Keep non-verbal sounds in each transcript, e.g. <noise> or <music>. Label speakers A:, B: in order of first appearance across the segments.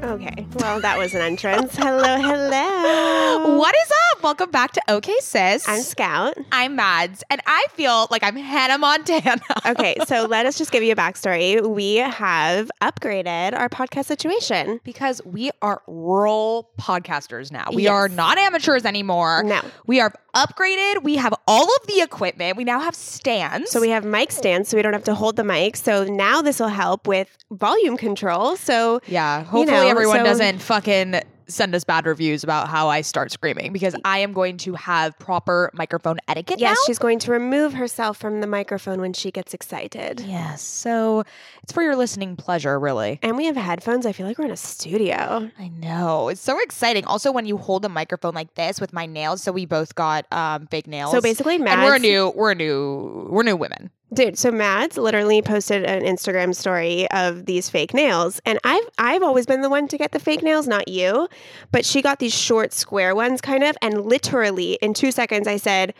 A: Okay. Well, that was an entrance. hello, hello.
B: What is up? Welcome back to OK Sis.
A: I'm Scout.
B: I'm Mads, and I feel like I'm Hannah
A: <laughs>
B: Montana.
A: okay, so let us just give you a backstory. We have upgraded our podcast situation
B: because we are rural podcasters now. We yes. are not amateurs anymore.
A: No,
B: we are upgraded. We have all of the equipment. We now have stands.
A: So we have mic stands, so we don't have to hold the mic. So now this will help with volume control. So
B: yeah, hopefully. You know, everyone so, doesn't fucking send us bad reviews about how I start screaming because I am going to have proper microphone etiquette.
A: Yes,
B: now.
A: she's going to remove herself from the microphone when she gets excited.
B: Yes. So it's for your listening pleasure, really.
A: And we have headphones. I feel like we're in a studio.
B: I know. It's so exciting. Also, when you hold a microphone like this with my nails, so we both got um, big nails.
A: So basically, Mads,
B: and we're new, we're new, we're new women.
A: Dude, so Mads literally posted an Instagram story of these fake nails, and I've I've always been the one to get the fake nails, not you. But she got these short square ones, kind of, and literally in two seconds, I said,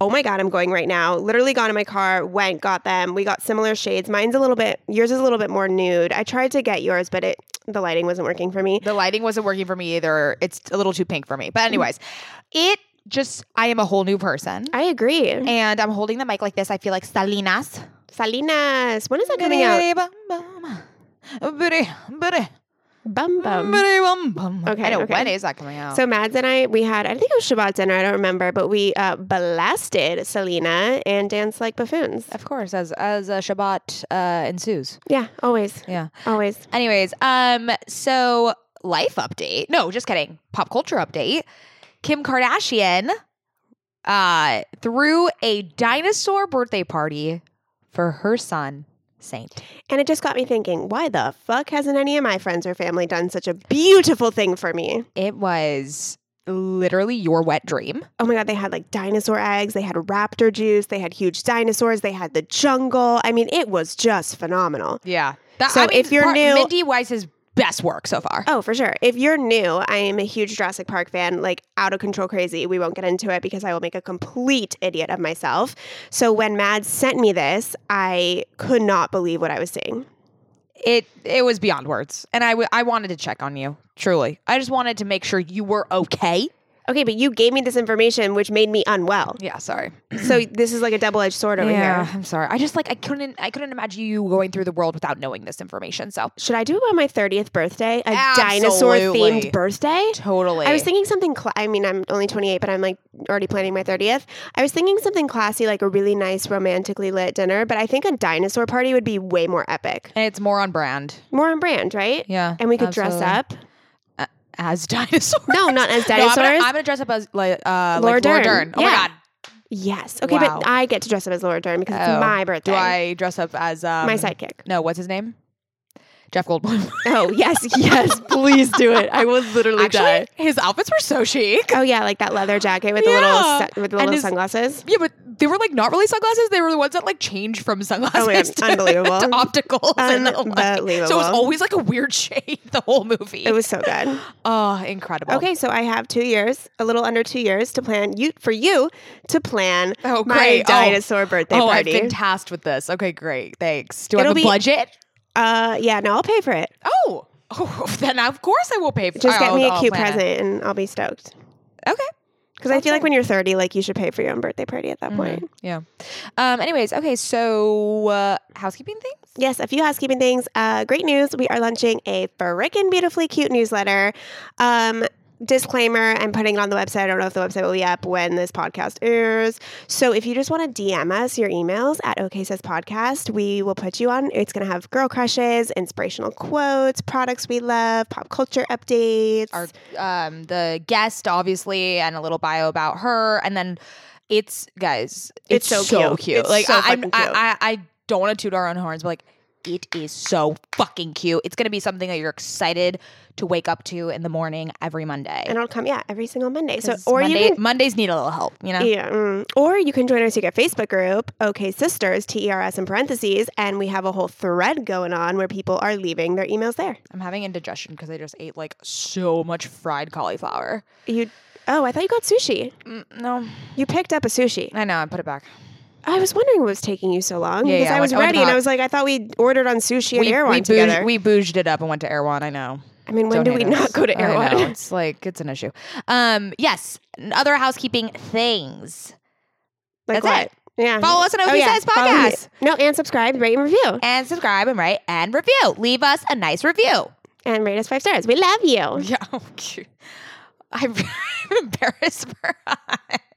A: "Oh my god, I'm going right now." Literally got in my car, went, got them. We got similar shades. Mine's a little bit, yours is a little bit more nude. I tried to get yours, but it the lighting wasn't working for me.
B: The lighting wasn't working for me either. It's a little too pink for me. But anyways, it just I am a whole new person.
A: I agree.
B: And I'm holding the mic like this. I feel like Salinas.
A: Salinas. When is that coming out? Bum bum.
B: Okay. I know okay. when is that coming out?
A: So Mads and I, we had I think it was Shabbat dinner. I don't remember, but we uh, blasted Selena and danced like buffoons.
B: Of course, as as uh, Shabbat uh, ensues.
A: Yeah, always.
B: Yeah,
A: always.
B: Anyways, um, so life update. No, just kidding. Pop culture update. Kim Kardashian uh, threw a dinosaur birthday party for her son, Saint.
A: And it just got me thinking, why the fuck hasn't any of my friends or family done such a beautiful thing for me?
B: It was literally your wet dream.
A: Oh my God, they had like dinosaur eggs, they had raptor juice, they had huge dinosaurs, they had the jungle. I mean, it was just phenomenal.
B: Yeah.
A: That, so I mean, if you're part, new,
B: Mindy Weiss's best work so far.
A: Oh, for sure. If you're new, I am a huge Jurassic Park fan, like out of control crazy. We won't get into it because I will make a complete idiot of myself. So when Mad sent me this, I could not believe what I was seeing.
B: It it was beyond words, and I, w- I wanted to check on you. Truly, I just wanted to make sure you were okay.
A: Okay, but you gave me this information, which made me unwell.
B: Yeah, <clears throat> sorry.
A: So this is like a double edged sword over
B: yeah,
A: here.
B: I'm sorry. I just like I couldn't I couldn't imagine you going through the world without knowing this information. So
A: Should I do it on my 30th birthday? A dinosaur
B: Absolutely.
A: themed birthday?
B: totally.
A: I was thinking something. Cla- I mean, I'm only 28, but I'm like already planning my 30th. I was thinking something classy, like a really nice, romantically lit dinner. But I think a dinosaur party would be way more epic,
B: and it's more on brand.
A: more on brand, right?
B: Eh, Yeah,
A: And we could dress
B: absolutely.
A: up.
B: as <laughs> dinosaurs.
A: No, not as
B: <laughs> No, I'm,
A: dinosaurs.
B: gonna, I'm gonna dress up as like uh,
A: Laura
B: like Laura
A: Dern.
B: Dern. Oh
A: Yeah.
B: my god,
A: yes. Okay,
B: Wow.
A: but I get to dress up as Laura Dern because
B: Oh.
A: it's my birthday.
B: do I dress up as um,
A: my sidekick.
B: No, what's his name? Jeff Goldblum.
A: Oh <laughs>
B: <laughs>
A: yes, yes. please do it. <laughs> I will literally
B: Actually, his outfits were so chic.
A: Oh yeah, like that leather jacket with the
B: Yeah.
A: little su- with the
B: And
A: little
B: his-
A: sunglasses.
B: Yeah, but they were like not really sunglasses. They were the ones that like changed from sunglasses <laughs>
A: God,
B: to,
A: Oh, unbelievable.
B: to opticals. and the like- So it was
A: Unbelievable.
B: always like a weird <laughs> shade the whole movie.
A: It was so good.
B: oh, incredible.
A: Okay, so I have two years, a little under two years, to plan you for you to plan
B: Oh,
A: my
B: great. Oh.
A: dinosaur birthday
B: oh,
A: party.
B: I've been tasked with this. Okay, great. Thanks. Do I
A: It'll
B: have a
A: be-
B: budget?
A: uh, yeah, no, I'll pay for it.
B: Oh. Oh, <laughs> then of course I will pay for Oh,
A: Just get
B: I'll-
A: me a
B: I'll
A: cute
B: plan it.
A: present, and I'll be stoked.
B: Okay.
A: Because I
B: Sounds
A: feel like
B: good.
A: when you're 30, like you should pay for your own birthday party at that
B: Mm-hmm.
A: point.
B: Yeah. Um. Anyways, okay. So uh, housekeeping things.
A: Yes, a few housekeeping things. Uh, great news. We are launching a frickin' beautifully cute newsletter. Um, disclaimer I'm putting it on the website. I don't know if the website will be up when this podcast airs. So if you just want to DM us your emails at OK Says Podcast, we will put you on. It's going to have girl crushes, inspirational quotes, products we love, pop culture updates.
B: Our um the guest obviously and a little bio about her and then it's guys
A: It's
B: it's,
A: so cute. It's
B: like
A: so
B: I, I'm-
A: fucking cute.
B: I I I don't want to toot our own horns but like it is so fucking cute. It's gonna be something that you're excited to wake up to in the morning every Monday.
A: and it'll come, yeah, every single Monday. So,
B: 'Cause
A: or you
B: Monday,
A: can
B: Mondays need a little help, you know.
A: Yeah. mm. Or you can join our secret Facebook group, OK Sisters, T E R S in parentheses, and we have a whole thread going on where people are leaving their emails there.
B: I'm having indigestion because I just ate like so much fried cauliflower.
A: You Oh, I thought you got sushi.
B: Mm, no,
A: You picked up a sushi.
B: I know. I put it back.
A: I was wondering what was taking you so long
B: Yeah,
A: because
B: yeah,
A: I
B: I
A: was
B: went- I went
A: ready
B: to
A: and I
B: Hot-
A: was like, I thought we ordered on sushi and Air One
B: bouged,
A: together.
B: we bouged it up and went to Air One. I know.
A: I mean,
B: Don't
A: when do we
B: hate us.
A: not go to
B: I
A: Air
B: know,
A: One?
B: It's like it's an issue. Um, yes, n- other housekeeping things.
A: <laughs> like
B: That's
A: what?
B: it.
A: Yeah.
B: Follow us on
A: Oh,
B: OK
A: yeah.
B: Says
A: Follow me.
B: Podcast
A: No, and subscribe, rate, and review,
B: and subscribe and rate and review. Leave us a nice
A: <laughs>
B: review.
A: and rate us five stars. We love you.
B: Yeah, oh,
A: <laughs>
B: cute. I'm embarrassed for us.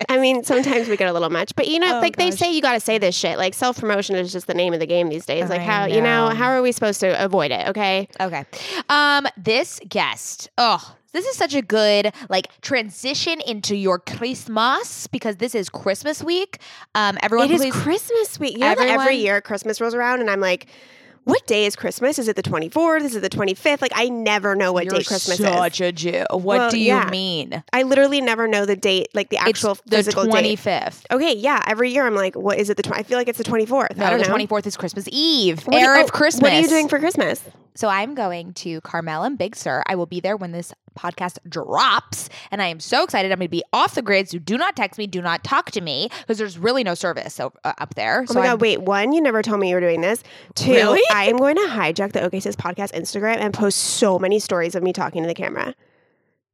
A: I mean, sometimes we get a little much, but you know,
B: Oh,
A: like they
B: gosh.
A: say, you got to say this shit. Like self promotion is just the name of the game these days. Like
B: I
A: how you know
B: know.
A: how are we supposed to avoid it? Okay,
B: Okay. Um, this guest. Oh, this is such a good like transition into your Christmas because this is Christmas week. Um, everyone,
A: it is
B: please.
A: Christmas week. You know that every
B: Everyone-
A: year Christmas rolls around, and I'm like, what day is Christmas? Is it the 24th? Is it the 25th? Like I never know what
B: You're
A: day Christmas is.
B: such a Jew. What
A: Well,
B: do you
A: yeah.
B: mean?
A: I literally never know the date, like the actual
B: it's the
A: physical date.
B: 25th.
A: Okay, yeah, every year I'm like, what is it? The tw- I feel like it's the 24th. I
B: No,
A: don't
B: the
A: know.
B: twenty fourth is Christmas Eve.
A: What are
B: Air
A: you-
B: of
A: oh,
B: Christmas.
A: What are you doing for Christmas?
B: So I'm going to Carmel and Big Sur. I will be there when this podcast drops, and I am so excited. I'm going to be off the grid. So do not text me. Do not talk to me because there's really no service o- uh, up there. so
A: Oh my
B: I'm-
A: god! Wait, one, you never told me you were doing this. Two,
B: Really?
A: I am going to hijack the OK Sis podcast Instagram and post so many stories of me talking to the camera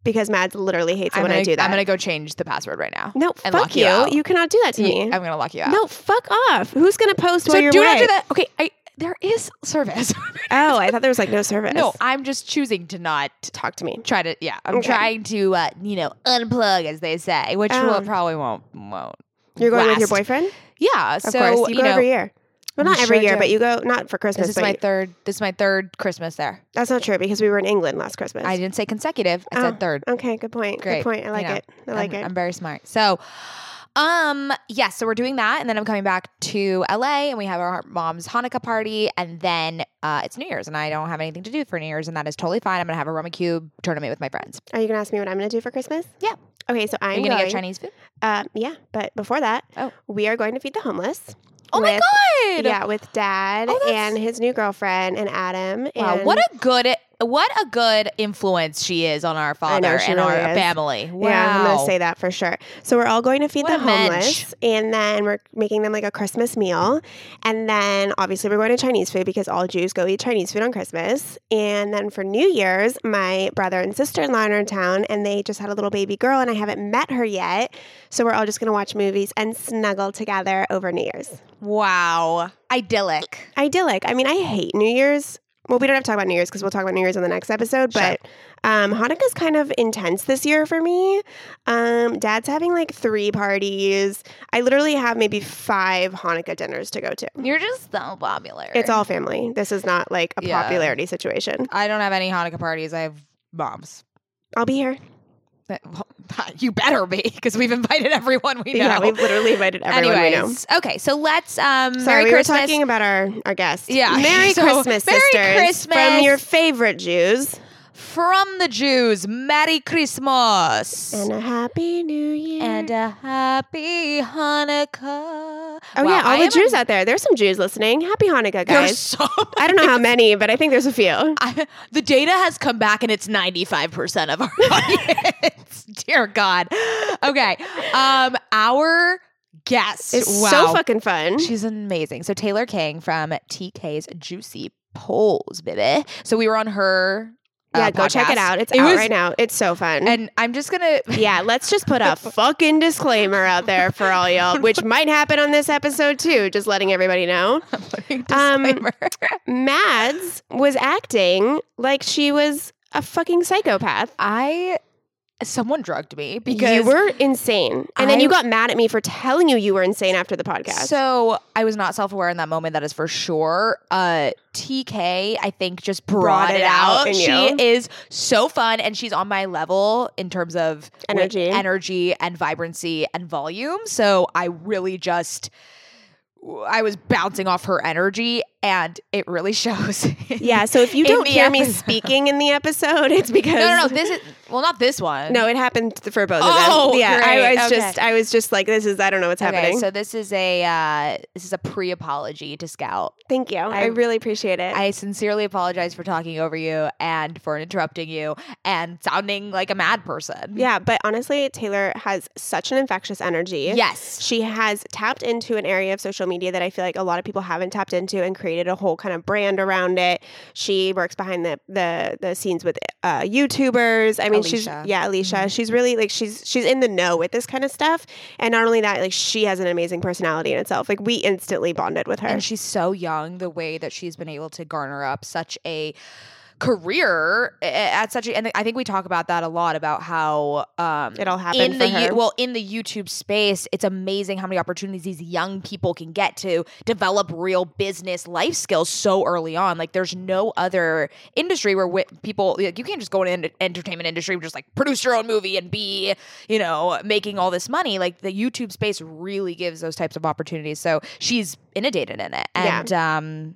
A: because Mads literally hates it
B: I'm
A: when
B: gonna,
A: I do that.
B: am gonna go change the password right now.
A: no,
B: and
A: fuck
B: lock
A: you!
B: you
A: You,
B: out.
A: cannot do that to
B: Yeah,
A: me.
B: I'm gonna lock you out.
A: no, fuck off! Who's gonna post
B: so
A: while you're
B: do
A: away?
B: not do that. Okay, I, there is service. <laughs>
A: Oh, I thought there was like no service.
B: no, I'm just choosing to not
A: talk to me.
B: try to yeah i'm
A: Okay.
B: trying to uh you know unplug as they say which
A: Oh.
B: will probably won't won't
A: You're going with your
B: last.
A: boyfriend?
B: yeah
A: Of
B: so
A: course, you,
B: you,
A: go
B: know
A: every year.
B: We
A: Well, not every
B: sure
A: year,
B: do.
A: but you go not for Christmas.
B: this is
A: but
B: my
A: you-
B: third this is my third christmas there
A: that's not true because we were in England last Christmas.
B: i didn't say consecutive i
A: Oh,
B: said third
A: Okay, good point. Good
B: Great.
A: point. I
B: You
A: like
B: know,
A: it. I like
B: I'm,
A: it.
B: I'm very smart so um yeah so we're doing that and then i'm coming back to la and we have our mom's hanukkah party and then uh it's new year's and i don't have anything to do for new year's and that is totally fine i'm gonna have a Rummy cube tournament with my friends
A: Are you gonna ask me what I'm gonna do for Christmas?
B: Yeah.
A: Okay, so I'm
B: are you gonna
A: going,
B: get chinese food
A: Um, yeah, but before that,
B: Oh.
A: we are going to feed the homeless.
B: oh my
A: with-
B: god
A: Yeah, with Dad
B: Oh, that's-
A: and his new girlfriend and Adam.
B: Wow,
A: and
B: what a good what a good influence she is on our
A: I know,
B: father
A: she
B: and our
A: really is.
B: family. Wow.
A: Yeah, I'm gonna say that for sure. So we're all going to feed
B: What
A: the
B: a mensch.
A: homeless, and then we're making them like a Christmas meal, and then obviously we're going to Chinese food because all Jews go eat Chinese food on Christmas, and then for New Year's, my brother and sister in law are in town, and they just had a little baby girl, and I haven't met her yet, so we're all just gonna watch movies and snuggle together over New Year's.
B: wow. Idyllic.
A: Idyllic. I mean, I hate New Year's. Well, we don't have to talk about New Year's because we'll talk about New Year's on the next episode.
B: Sure.
A: But um, Hanukkah's kind of intense this year for me. Um, Dad's having like three parties. I literally have maybe five Hanukkah dinners to go to.
B: You're just so popular.
A: It's all family. This is not like a
B: Yeah.
A: popularity situation.
B: I don't have any Hanukkah parties. I have moms.
A: I'll be here.
B: <laughs> But- You better be, because we've invited everyone we know.
A: Yeah, we've literally
B: <laughs>
A: invited everyone we know.
B: Anyways, okay, so let's um
A: Sorry,
B: Merry
A: we
B: Christmas.
A: were talking about our, our guests.
B: Yeah. <laughs>
A: Merry
B: So,
A: Christmas,
B: Merry
A: sisters. From
B: Christmas.
A: your favorite Jews.
B: From the Jews, Merry Christmas.
A: And a happy new year.
B: And a happy Hanukkah.
A: Oh yeah, all the Jews out there. There's some Jews listening. Happy Hanukkah,
B: There's
A: guys.
B: so
A: I don't know how many, but I think there's a
B: <laughs>
A: few.
B: I, the data has come back and it's 95% of our <laughs> audience. Dear God. Okay. Um, our guest.
A: It's
B: wow.
A: so fucking fun.
B: She's amazing. So Taylor King from TK's Juicy Polls, baby. So we were on her. uh,
A: yeah, go check it
B: podcast.
A: out. It's
B: It
A: out
B: was-
A: right now. It's so fun.
B: And <laughs> I'm just gonna
A: yeah, let's just
B: <laughs>
A: put a fucking disclaimer out there for all y'all, which might happen on this episode too. Just letting everybody know. Um,
B: disclaimer. <laughs>
A: Mads was acting like she was a fucking psychopath.
B: I someone drugged me because
A: You were insane, and then
B: I-
A: you got mad at me for telling you you were insane after the podcast.
B: So I was not self aware in that moment. That is for sure. Uh, TK, I think, just brought, it, out.
A: in
B: she
A: you.
B: is so fun, and she's on my level in terms of wi-
A: Energy.
B: energy, and vibrancy and volume. So I really just. I was bouncing off her energy, and it really <laughs> shows.
A: yeah, so if
B: <laughs>
A: you
B: In
A: don't
B: the
A: hear me
B: episode-
A: speaking in the episode, it's because
B: no, no, no. This is well, not this one.
A: No, it happened th- for both of
B: Oh,
A: them. Yeah, I
B: great.
A: was
B: Okay.
A: just, I was just like, this is, I don't know what's
B: Okay,
A: happening.
B: so this is a uh, this is a pre-apology to Scout.
A: Thank you, I,
B: I-
A: really appreciate it.
B: I sincerely apologize for talking over you and for interrupting you and sounding like a mad person.
A: yeah, but honestly, Taylor has such an infectious energy.
B: Yes.
A: She has tapped into an area of social media that I feel like a lot of people haven't tapped into and created a whole kind of brand around it. She works behind the the, the scenes with uh, YouTubers. I mean,
B: Alicia. Mm-hmm.
A: she's yeah, Alicia. She's really like she's she's in the know with this kind of stuff. And not only that, like she has an amazing personality in itself. Like we instantly bonded with her.
B: And she's so young, the way that she's been able to garner up such a career a- at such a, and I think we talk about that a lot about how um
A: it all happened
B: in
A: for
B: the
A: her.
B: you- well in the YouTube space, it's amazing how many opportunities these young people can get to develop real business life skills so early on. Like there's no other industry where wi- people like, you can't just go in the entertainment industry and just like produce your own movie and be you know making all this money. Like the YouTube space really gives those types of opportunities. So she's inundated in it,
A: Yeah.
B: and um,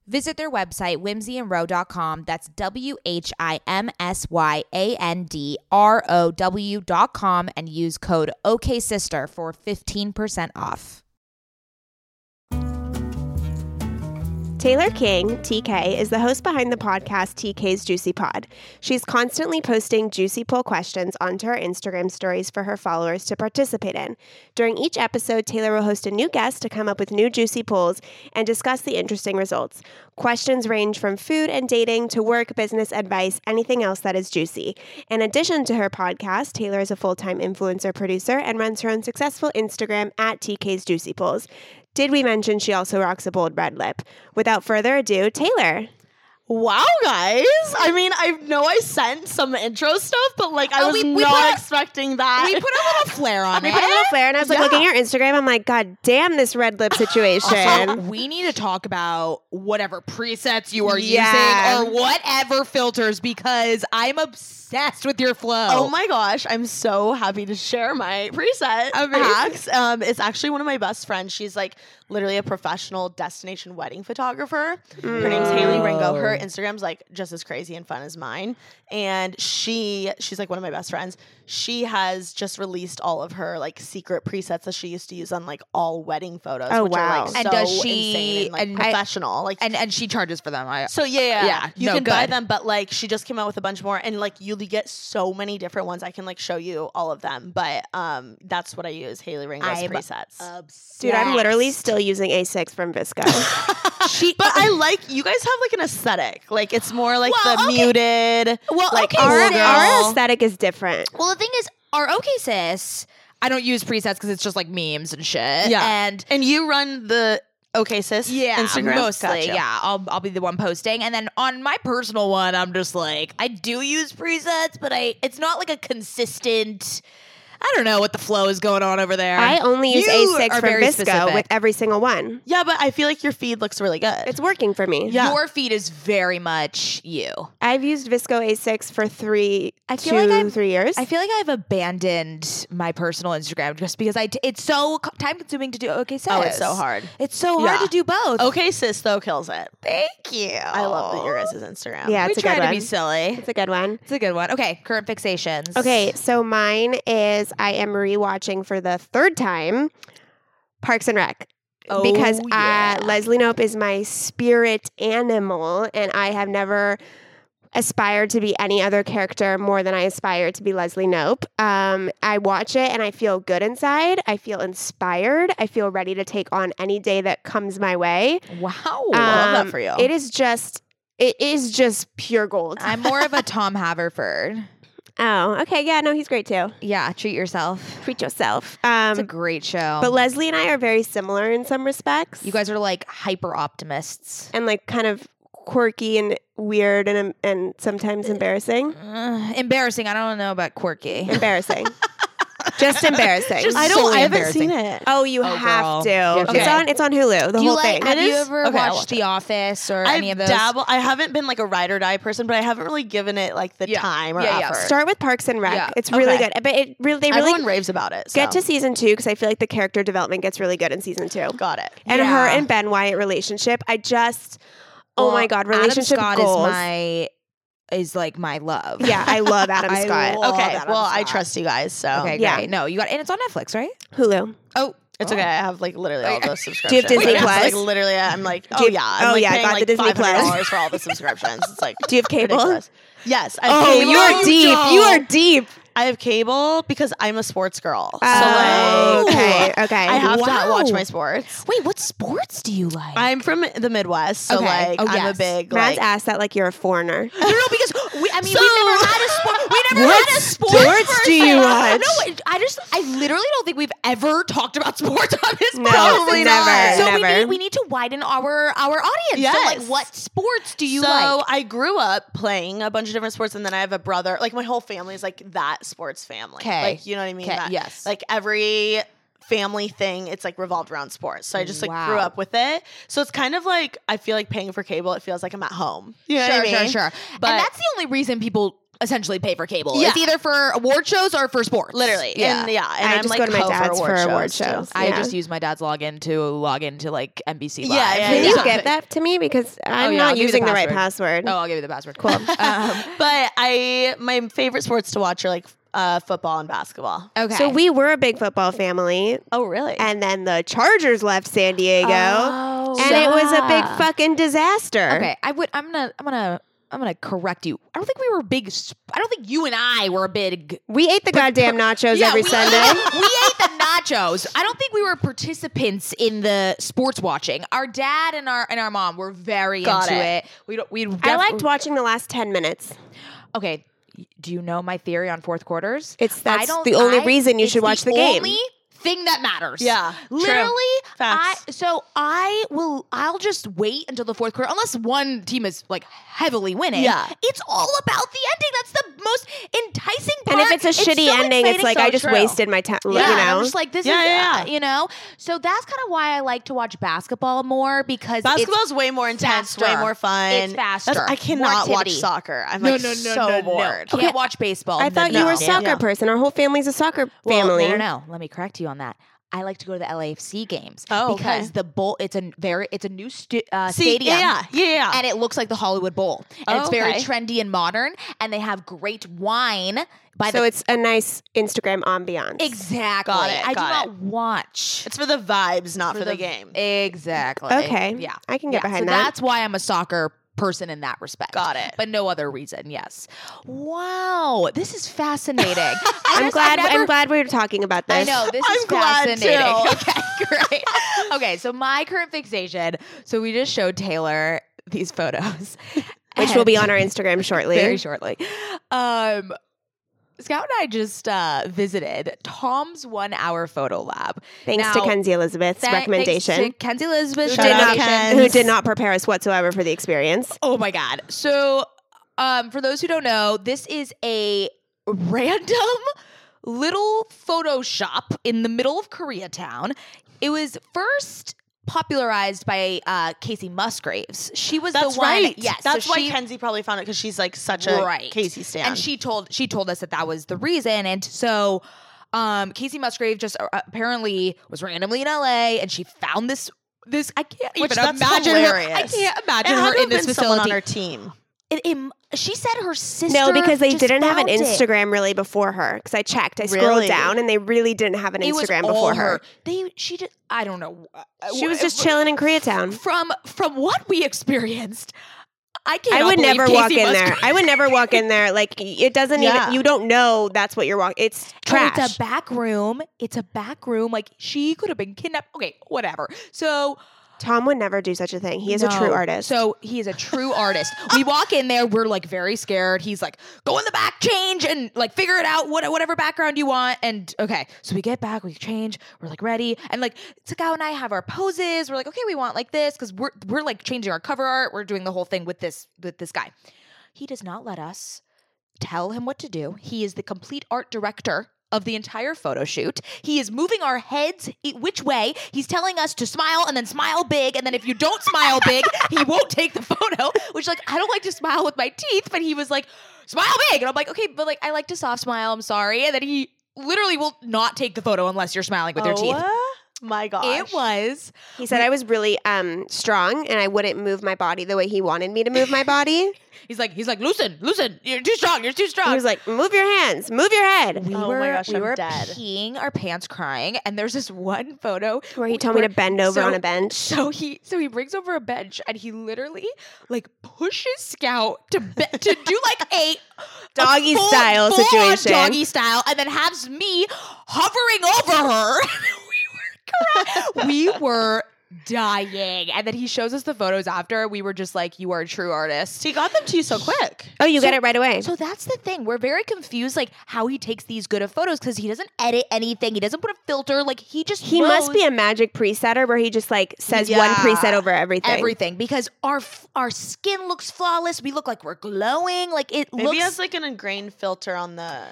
C: Visit their website, whimsyandrow.com. That's W H I M S Y A N D R O W.com and use code OKSister for 15% off.
A: Taylor King, TK, is the host behind the podcast TK's Juicy Pod. She's constantly posting juicy poll questions onto her Instagram stories for her followers to participate in. During each episode, Taylor will host a new guest to come up with new juicy polls and discuss the interesting results. Questions range from food and dating to work, business advice, anything else that is juicy. In addition to her podcast, Taylor is a full time influencer producer and runs her own successful Instagram at TK's Juicy Polls. Did we mention she also rocks a bold red lip? Without further ado, Taylor.
D: Wow, guys. I mean, I know I sent some intro stuff, but like I
C: Oh,
D: was
C: we- we
D: not
C: put a-
D: expecting that.
C: We put a little flair
B: <laughs>
C: on
A: We put a little
C: it.
A: flare, and I was like
D: Yeah.
A: looking at your Instagram. I'm like, God damn, this red lip
C: <laughs>
D: Also,
A: situation.
D: we need to talk about whatever presets you are
A: Yeah.
D: using or
C: Whatever filters, because I'm obsessed with your flow.
D: Oh my gosh, I'm so happy to share my preset
C: Amazing.
D: hacks. Um, it's actually one of my best friends. She's like literally a professional destination wedding photographer. Her name's Haley Ringo. Her Instagram's like just as crazy and fun as mine. And she she's like one of my best friends. She has just released all of her like secret presets that she used to use on like all wedding photos.
A: Oh,
D: which
A: wow.
D: Are, like,
C: And
D: so
C: does she-
D: insane and like
C: and-
D: professional? like
C: And and she charges for them. I,
D: so yeah, yeah,
C: Yeah,
D: yeah. You
C: no,
D: can buy
C: good.
D: them, but like she just came out with a bunch more, and like you get so many different ones. I can like show you all of them, but um, that's what I use Haley Ringo's
C: I'm
D: presets.
C: obsessed.
A: Dude, I'm
C: <laughs>
A: literally still using A6 from Visco.
D: she, but I like you guys have like an aesthetic. Like it's more like
C: Well,
D: the
C: okay.
D: muted.
C: Well,
D: like,
C: okay,
D: all
C: sis.
D: girl.
A: Our aesthetic is different.
C: Well, the thing is, our OK Sis, I don't use presets because it's just like memes and shit.
D: Yeah.
C: And
D: and you run the okay sis
C: yeah,
D: Instagram
C: mostly.
D: Gotcha.
C: Yeah, I'll, I'll be the one posting. And then on my personal one, I'm just like, I do use presets, but I it's not like a consistent. I don't know what the flow is going on over there.
A: I only use
C: You
A: A6 from
C: are very
A: Visco
C: specific.
A: with every single one.
D: yeah, but I feel like your feed looks really good.
A: It's working for me.
D: Yeah.
C: Your feed is very much you.
A: I've used Visco A6 for three,
C: I feel
A: two,
C: like I'm-
A: three years.
C: I feel like I've abandoned my personal Instagram just because I t- it's so co- time consuming to do OK Sis.
D: oh, it's so hard.
C: It's so hard
D: Yeah.
C: to do both.
D: Okay, sis though kills it.
C: Thank you.
D: I love that your guys' Instagram.
A: yeah,
C: we
A: it's a
C: try
A: good
C: to
A: one.
C: be silly.
A: It's a good one.
C: It's a good one. Okay, current fixations.
A: Okay, so mine is I am rewatching for the third time Parks and Rec.
D: Oh,
A: because
D: yeah.
A: uh, Leslie Nope is my spirit animal, and I have never aspire to be any other character more than I aspire to be Leslie Nope. Um, I watch it and I feel good inside. I feel inspired. I feel ready to take on any day that comes my way.
B: Wow.
D: Oh, love that
A: Um,
D: for you.
A: It is just, it is just pure gold.
B: I'm more of a Tom Haverford.
A: oh, okay, yeah, no, he's great too.
B: Yeah, treat yourself.
A: Treat yourself. Um,
B: It's a great show.
A: but Leslie and I are very similar in some respects.
B: you guys are like hyper optimists.
A: and like kind of quirky and weird and and sometimes embarrassing.
B: Uh, embarrassing. I don't know about quirky. <laughs>
A: Embarrassing. Just embarrassing.
B: Just
D: I don't.
B: solely
D: I haven't
B: embarrassing.
D: seen it.
A: Oh, you have
B: girl.
A: to.
B: You have to
A: It's
B: do it.
A: on. It's on Hulu. The
B: Do you
A: whole
B: like?
A: thing.
B: Have
D: It
B: you
D: is-
B: ever
D: okay, I'll
B: watched
D: watch
B: The Office or
D: I've
B: any of those?
D: dabble- I haven't been like a ride or die person, but I haven't really given it like the
B: Yeah.
D: time or
B: Yeah, yeah.
D: effort.
A: Start with Parks and Rec.
B: Yeah,
A: It's really
D: okay.
A: good, but it really they really
D: Everyone raves about it.
A: get
D: so.
A: to season two because I feel like the character development gets really good in season two.
D: got it.
A: And her
B: Yeah.
A: and Ben Wyatt relationship, I just, oh
B: Well,
A: my god, relationship
B: Adam Scott
A: goals.
B: is my is like my love.
A: yeah, I love
B: <laughs>
A: Adam
B: I
A: Scott.
B: love-
D: Okay.
B: that on
D: Well, I
B: Scott.
D: trust you guys. So
B: Okay.
A: Yeah.
B: Great. No, you got and it's on Netflix, right?
A: Hulu.
B: Oh,
D: it's okay. I have like literally all
B: Okay.
D: those subscriptions.
A: Do you have Disney
D: Like, it's,
A: Plus?
D: Like literally, I'm like,
A: Do
D: oh
A: you-
D: yeah. I'm,
A: oh,
D: like,
A: yeah, I
D: Paying,
A: got the
D: like,
A: Disney Plus.
D: $500 for all the subscriptions. It's like. <laughs>
A: Do you have cable?
D: ridiculous. Yes. I have
A: Oh,
D: cable.
A: you are deep. You are deep.
D: I have cable because I'm a sports girl. So
A: Oh,
D: like,
A: okay, okay.
D: I have to not
B: Wow.
D: watch my sports.
B: Wait, what sports do you like?
D: I'm from the Midwest, so
B: Okay.
D: like
B: Oh,
D: I'm
B: yes.
D: a big
A: Mads
D: like.
A: asked that like you're a foreigner.
B: no, no, because we, I mean,
D: So-
B: we never had a sport. We never
A: What
B: had a sport.
A: sports
B: person.
A: do you watch?
B: No, it- I just, I literally don't think we've ever talked about <laughs> sports on this
A: No,
B: podcast.
A: Probably never, not.
B: So we
A: never.
B: need, we need to widen our our audience. So,
D: Yes.
B: like, what sports do you
D: so
B: like?
D: I grew up playing a bunch of different sports, and then I have a brother. Like my whole family is like that sports family.
B: 'Kay.
D: Like you know what I mean?
B: 'Kay,
D: That-
B: yes.
D: Like every family thing, it's like revolved around sports. So I just like grew
B: Wow.
D: up with it. So it's kind of like I feel like paying for cable. It feels like I'm at home. You know
B: sure,
D: what I
B: sure,
D: mean?
B: sure.
D: But-
B: and that's the only reason people essentially pay for cable.
D: Yeah.
B: It's either for award shows or for sports.
D: Literally.
B: Yeah.
D: And yeah. And
A: I
D: I'm
A: just
D: like
A: go to my
D: co for
A: dad's
D: award
A: for award
D: shows, too.
A: shows.
B: I
A: Yeah.
B: just use my dad's login to log into like NBC Live.
D: Yeah, yeah,
A: Can
D: yeah.
A: you
D: something.
A: get that to me because I'm
B: yeah, I'll
A: not
B: give you the
A: using the, right password?
B: Oh, I'll give you the password. <laughs> Cool. um,
D: But I my favorite sports to watch are like uh, football and basketball.
B: okay.
A: So we were a big football family,
D: Oh really?
A: and then the Chargers left San Diego, and it was a big fucking disaster.
B: Okay, I would. I'm gonna. I'm gonna. I'm gonna correct you. I don't think we were big. sp- I don't think you and I were a big.
A: We ate the goddamn nachos
B: Yeah,
A: every
B: we-
A: Sunday.
B: we ate the nachos. I don't think we were participants in the sports watching. Our dad and our and our mom were very
D: Got
B: into
D: it.
B: it. We don't. We.
A: I
B: def-
A: liked watching the last ten minutes.
B: Okay. Do you know my theory on fourth quarters?
A: It's
B: I
A: that's
B: don't-
A: the only
B: I-
A: reason you
B: it's
A: should watch the, game.
B: Only thing that matters.
D: Yeah, true.
B: literally. I,
D: Facts.
B: so I will. I'll just wait until the fourth quarter, unless one team is like heavily winning.
D: Yeah.
B: it's all about the ending. That's the most enticing part.
A: and if it's a shitty
B: so
A: ending,
B: exciting.
A: it's like
B: So
A: I just
B: true.
A: wasted my time.
B: Yeah,
A: you
B: and
A: know,
B: I'm just like this
D: Yeah,
B: is,
D: yeah,
B: uh,
D: yeah.
B: you know. So that's kind of why I like to watch basketball more because it's
D: Basketball's way more intense,
B: faster.
D: way more fun.
B: It's faster.
D: That's- I
B: More
D: cannot watch
B: activity.
D: soccer. I'm
B: No,
D: like
B: no, no,
D: so
B: no, no.
D: bored.
B: Can't watch baseball.
A: I thought you
B: No.
A: were
B: Yeah.
A: a soccer
D: Yeah.
A: person. Our whole family's a soccer
B: Well,
A: family.
B: No, no, no. Let me correct you on that. I like to go to the LAFC games
D: Oh, okay.
B: because the bowl. It's a very. It's a new stu- uh,
D: See,
B: stadium.
D: yeah, yeah, yeah.
B: And it looks like the Hollywood Bowl, and it's very
D: Okay.
B: trendy and modern. And they have great wine by
A: So
B: the
A: it's a nice Instagram ambiance.
B: exactly.
D: Got it,
B: I
D: got
B: do not watch
D: it's for the vibes, not for, the, game.
B: Exactly.
A: Okay.
B: Yeah.
A: I can get
B: Yeah,
A: behind
B: so
A: that.
B: That's why I'm a soccer person in that respect.
D: Got it.
B: But no other reason. Yes. Wow. This is
D: <laughs>
B: fascinating. I
A: I'm
B: guess
A: glad.
B: I've never
A: I'm glad we were talking about this.
B: I know this is
D: I'm glad,
B: fascinating. <laughs>
D: too.
B: Okay, great. Okay, so my current fixation. So we just showed Taylor these photos,
A: <laughs> which will be on our Instagram shortly.
B: <laughs> very shortly. Um, Scout and I just uh, visited Tom's one-hour photo lab.
A: Thanks
B: Now,
A: to Kenzie Elizabeth's
B: thanks
A: recommendation,
B: to Kenzie Elizabeth's
D: Shout out,
B: recommendation.
D: Ken.
A: who
D: Kenz.
A: did not prepare us whatsoever for the experience.
B: Oh my god. So um for those who don't know, this is a random <laughs> little photo shop in the middle of Koreatown. It was first popularized by uh, Casey Musgraves. She was
D: That's
B: the one
D: right.
B: yes. so
D: That's why
B: she-
D: Kenzie probably found it because she's like such a
B: Right.
D: Casey stan.
B: and she told she told us that that was the reason and so um casey musgrave just uh, apparently was randomly in la and she found this this i can't
D: Which
B: even
D: that's
B: imagine her i
D: hilarious.
B: can't
D: it
B: imagine
D: had to
B: her in
D: have
B: this
D: been someone
B: facility
D: on her team.
B: it, it- she said her sister
A: No, because they
B: just
A: didn't have an
B: found it.
A: Instagram really before her. Because I checked, I scrolled
D: Really?
A: down, and they really didn't have an
B: It was
A: Instagram
B: all
A: before her.
B: They she did I don't know. uh,
A: She was
B: wh-
A: just chilling in Koreatown.
B: From from what we experienced,
D: I can't.
A: I would never walk in there. I would never walk in there. Like it doesn't
D: Yeah.
A: even. You don't know that's what you're walking. It's trash.
B: Oh, it's a back room. It's a back room. Like she could have been kidnapped. Okay, whatever. So
A: Tom would never do such a thing. He is a true
B: No.
A: artist.
B: So he is a true artist.
A: <laughs>
B: we walk in there, we're like very scared. He's like, go in the back, change, and like figure it out, what, whatever background you want. And okay, so we get back, we change, we're like ready, and like Takao and I have our poses. We're like, okay, we want like this because we're we're like changing our cover art. We're doing the whole thing with this with this guy. He does not let us tell him what to do. He is the complete art director of the entire photo shoot. He is moving our heads e- which way. He's telling us to smile and then smile big. And then if you don't smile big, he won't take the photo, which, like, I don't like to smile with my teeth. But he was like, smile big. And I'm like, okay, but like, I like to soft smile. I'm sorry. And then he literally will not take the photo unless you're smiling with your teeth.
D: My gosh.
B: It was
A: he said I was really um strong and I wouldn't move my body the way he wanted me to move my body.
B: he's like he's like loosen loosen you're too strong you're too
A: he
B: strong
A: was like, "Move your hands, move your head."
B: we
D: Oh my
B: were
D: gosh,
B: we
D: I'm
B: were
D: dead.
B: peeing our pants crying and there's this one photo
A: Where he told me to bend over
B: so-
A: on a bench.
B: So he so he brings over a bench and he literally like pushes Scout to be- to do like a
A: Doggy
B: a full-
A: style
B: full-on
A: situation.
B: doggy style, and then has me hovering over <laughs> her. we were crying. we were dying, and then he shows us the photos after. We were just like, "You are a true artist."
D: So he got them to you so quick.
A: Oh, you get it right away.
B: So that's the thing. We're very confused, like how he takes these good of photos because he doesn't edit anything. He doesn't put a filter. Like he just
A: he must
B: knows-
A: be a magic presetter where he just like says one
D: Yeah.
A: preset over everything.
B: everything because our f- our skin looks flawless. We look like we're glowing. Like it
D: Maybe
B: looks.
D: he has like an ingrained filter on the uh,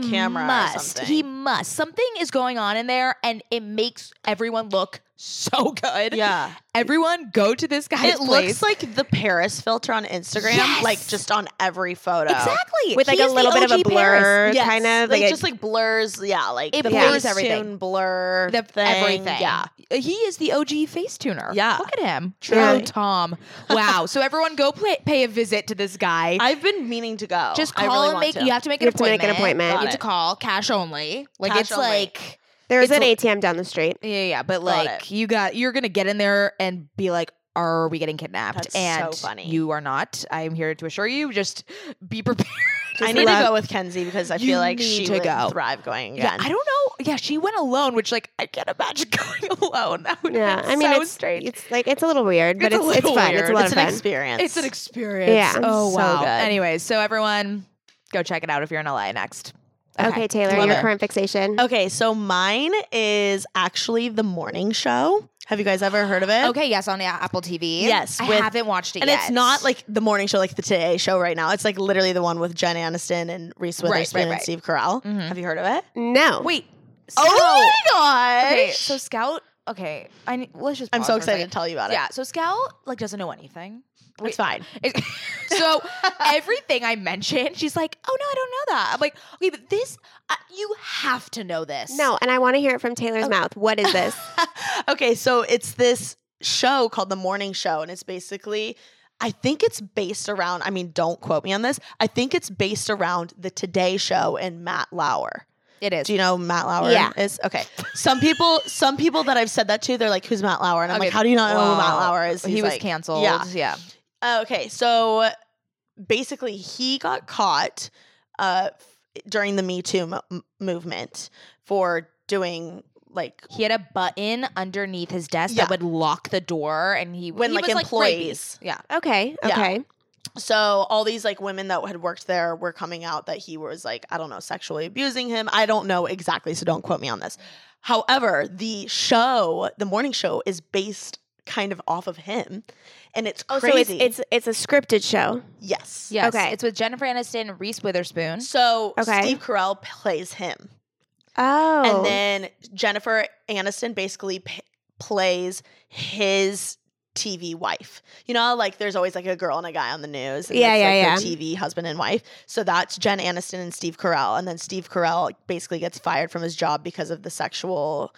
B: he
D: camera or
B: must.
D: something.
B: He must. Something is going on in there, and it makes everyone look <laughs> so good.
D: yeah.
B: Everyone, go to this guy's
D: It
B: place.
D: looks like the Paris filter on Instagram,
B: Yes.
D: like just on every photo.
B: exactly
A: With like
B: He
A: a
B: is the
A: little bit of a
B: OG Paris.
A: blur
D: Yes.
A: kind of
D: like,
A: like, a-
D: just like blurs, yeah, like
B: It
D: the
B: blurs
D: Facetune
B: everything.
D: blur,
B: The,
D: thing.
B: everything. Uh,
D: yeah.
B: He is the OG face tuner.
D: Yeah.
B: Look at him. True.
A: True.
B: Tom. Wow. so everyone go play, pay a visit to this guy.
D: I've been meaning to go.
B: Just
D: I
B: call
D: really
B: and
D: want
B: make.
D: to.
B: You have to make
A: You
B: an
A: have to make an
B: appointment.
A: appointment.
B: You
D: Got
B: have to
D: it.
B: call cash only. Like
D: Cash
B: it's
D: only.
B: like
A: there's
B: it's
A: an
B: a-
A: ATM down
B: <laughs>
A: the street.
B: yeah, yeah. But
D: Got
B: like you got you're gonna get in there and be like, are we getting kidnapped?
D: That's so
B: and
D: funny.
B: you are not. I am here to assure you. Just be <laughs> prepared.
D: I need
A: love-
D: to go with Kenzie because I
B: You
D: feel like
B: need
D: she
B: to
D: would
B: go.
D: thrive going
B: Yeah,
D: again.
B: I don't know. Yeah, she went alone, which like I can't imagine <laughs> going alone. That would
A: Yeah, I mean
B: so
A: it's
B: strange.
A: It's like it's a little weird, but
B: It's a
A: it's it's,
B: little
A: fun. It's
B: weird.
A: a lot
D: it's
A: of
D: an
A: fun.
D: experience.
B: It's an experience.
A: Yeah.
B: Oh
D: So
B: wow.
D: good.
B: Anyways, so everyone, go check it out if you're in LA next.
A: Okay, Taylor,
D: Love
A: your
D: it.
A: current fixation.
B: Oh.
D: Okay, so mine is actually the morning show. Have you guys ever heard of it?
B: Okay. Yes, on A- Apple TV.
D: Yes,
B: I
D: with-
B: haven't watched it
D: And
B: yet.
D: it's not like the morning show, like the Today Show right now. It's like literally the one with Jen Aniston and Reese
B: Right, right,
D: Witherspoon and
B: right.
D: Steve Carell.
B: Mhm.
D: Have you heard of it?
A: No.
B: wait.
D: Oh
B: Scout-
D: my gosh!
B: Okay. So Scout. Okay. I need- let's just.
D: I'm
B: pause
D: so
B: for a second.
D: excited to tell you about it.
B: Yeah, so Scout like doesn't know anything. Wait.
D: it's fine.
B: It- so everything I mention, <laughs> she's like, "Oh no, I don't know that." I'm like, "Okay, but this uh, you have to know this."
A: No, and I want to hear it from Taylor's mouth. What is this?
D: <laughs> okay, so it's this show called The Morning Show, and it's basically, I think it's based around, I mean, don't quote me on this. I think it's based around the Today Show and Matt Lauer.
B: it is.
D: Do you know who Matt Lauer
A: Yeah.
D: is? Okay. Some people, some people that I've said that to, they're like, who's Matt Lauer? And I'm
B: Okay,
D: like, how do you not know who Matt
B: well,
D: Lauer is?
B: he
D: He's
B: was
D: like,
B: canceled.
D: yeah.
B: yeah.
D: Uh, okay, so basically, he got caught uh, f- during the Me Too mo- m- movement for doing like
B: He had a button underneath his desk
D: Yeah.
B: that would lock the door, and he
D: When,
B: he
D: like,
B: was,
D: employees.
B: rapey. yeah.
A: Okay,
D: Yeah.
A: okay.
D: so all these like women that had worked there were coming out that he was like i don't know sexually abusing him i don't know exactly so don't quote me on this however the show the morning show is based kind of off of him and it's
A: Oh,
D: crazy
A: so it's it's it's a scripted show.
D: yes
B: Yes.
A: Okay.
B: It's with Jennifer Aniston, Reese Witherspoon.
D: so
A: Okay.
D: steve carell plays him
A: Oh.
D: and then jennifer aniston basically p- plays his tv wife you know like there's always like a girl and a guy on the news and
A: Yeah,
D: it's,
A: yeah,
D: like, the tv husband and wife so that's jen aniston and steve carell and then steve carell basically gets fired from his job because of the sexual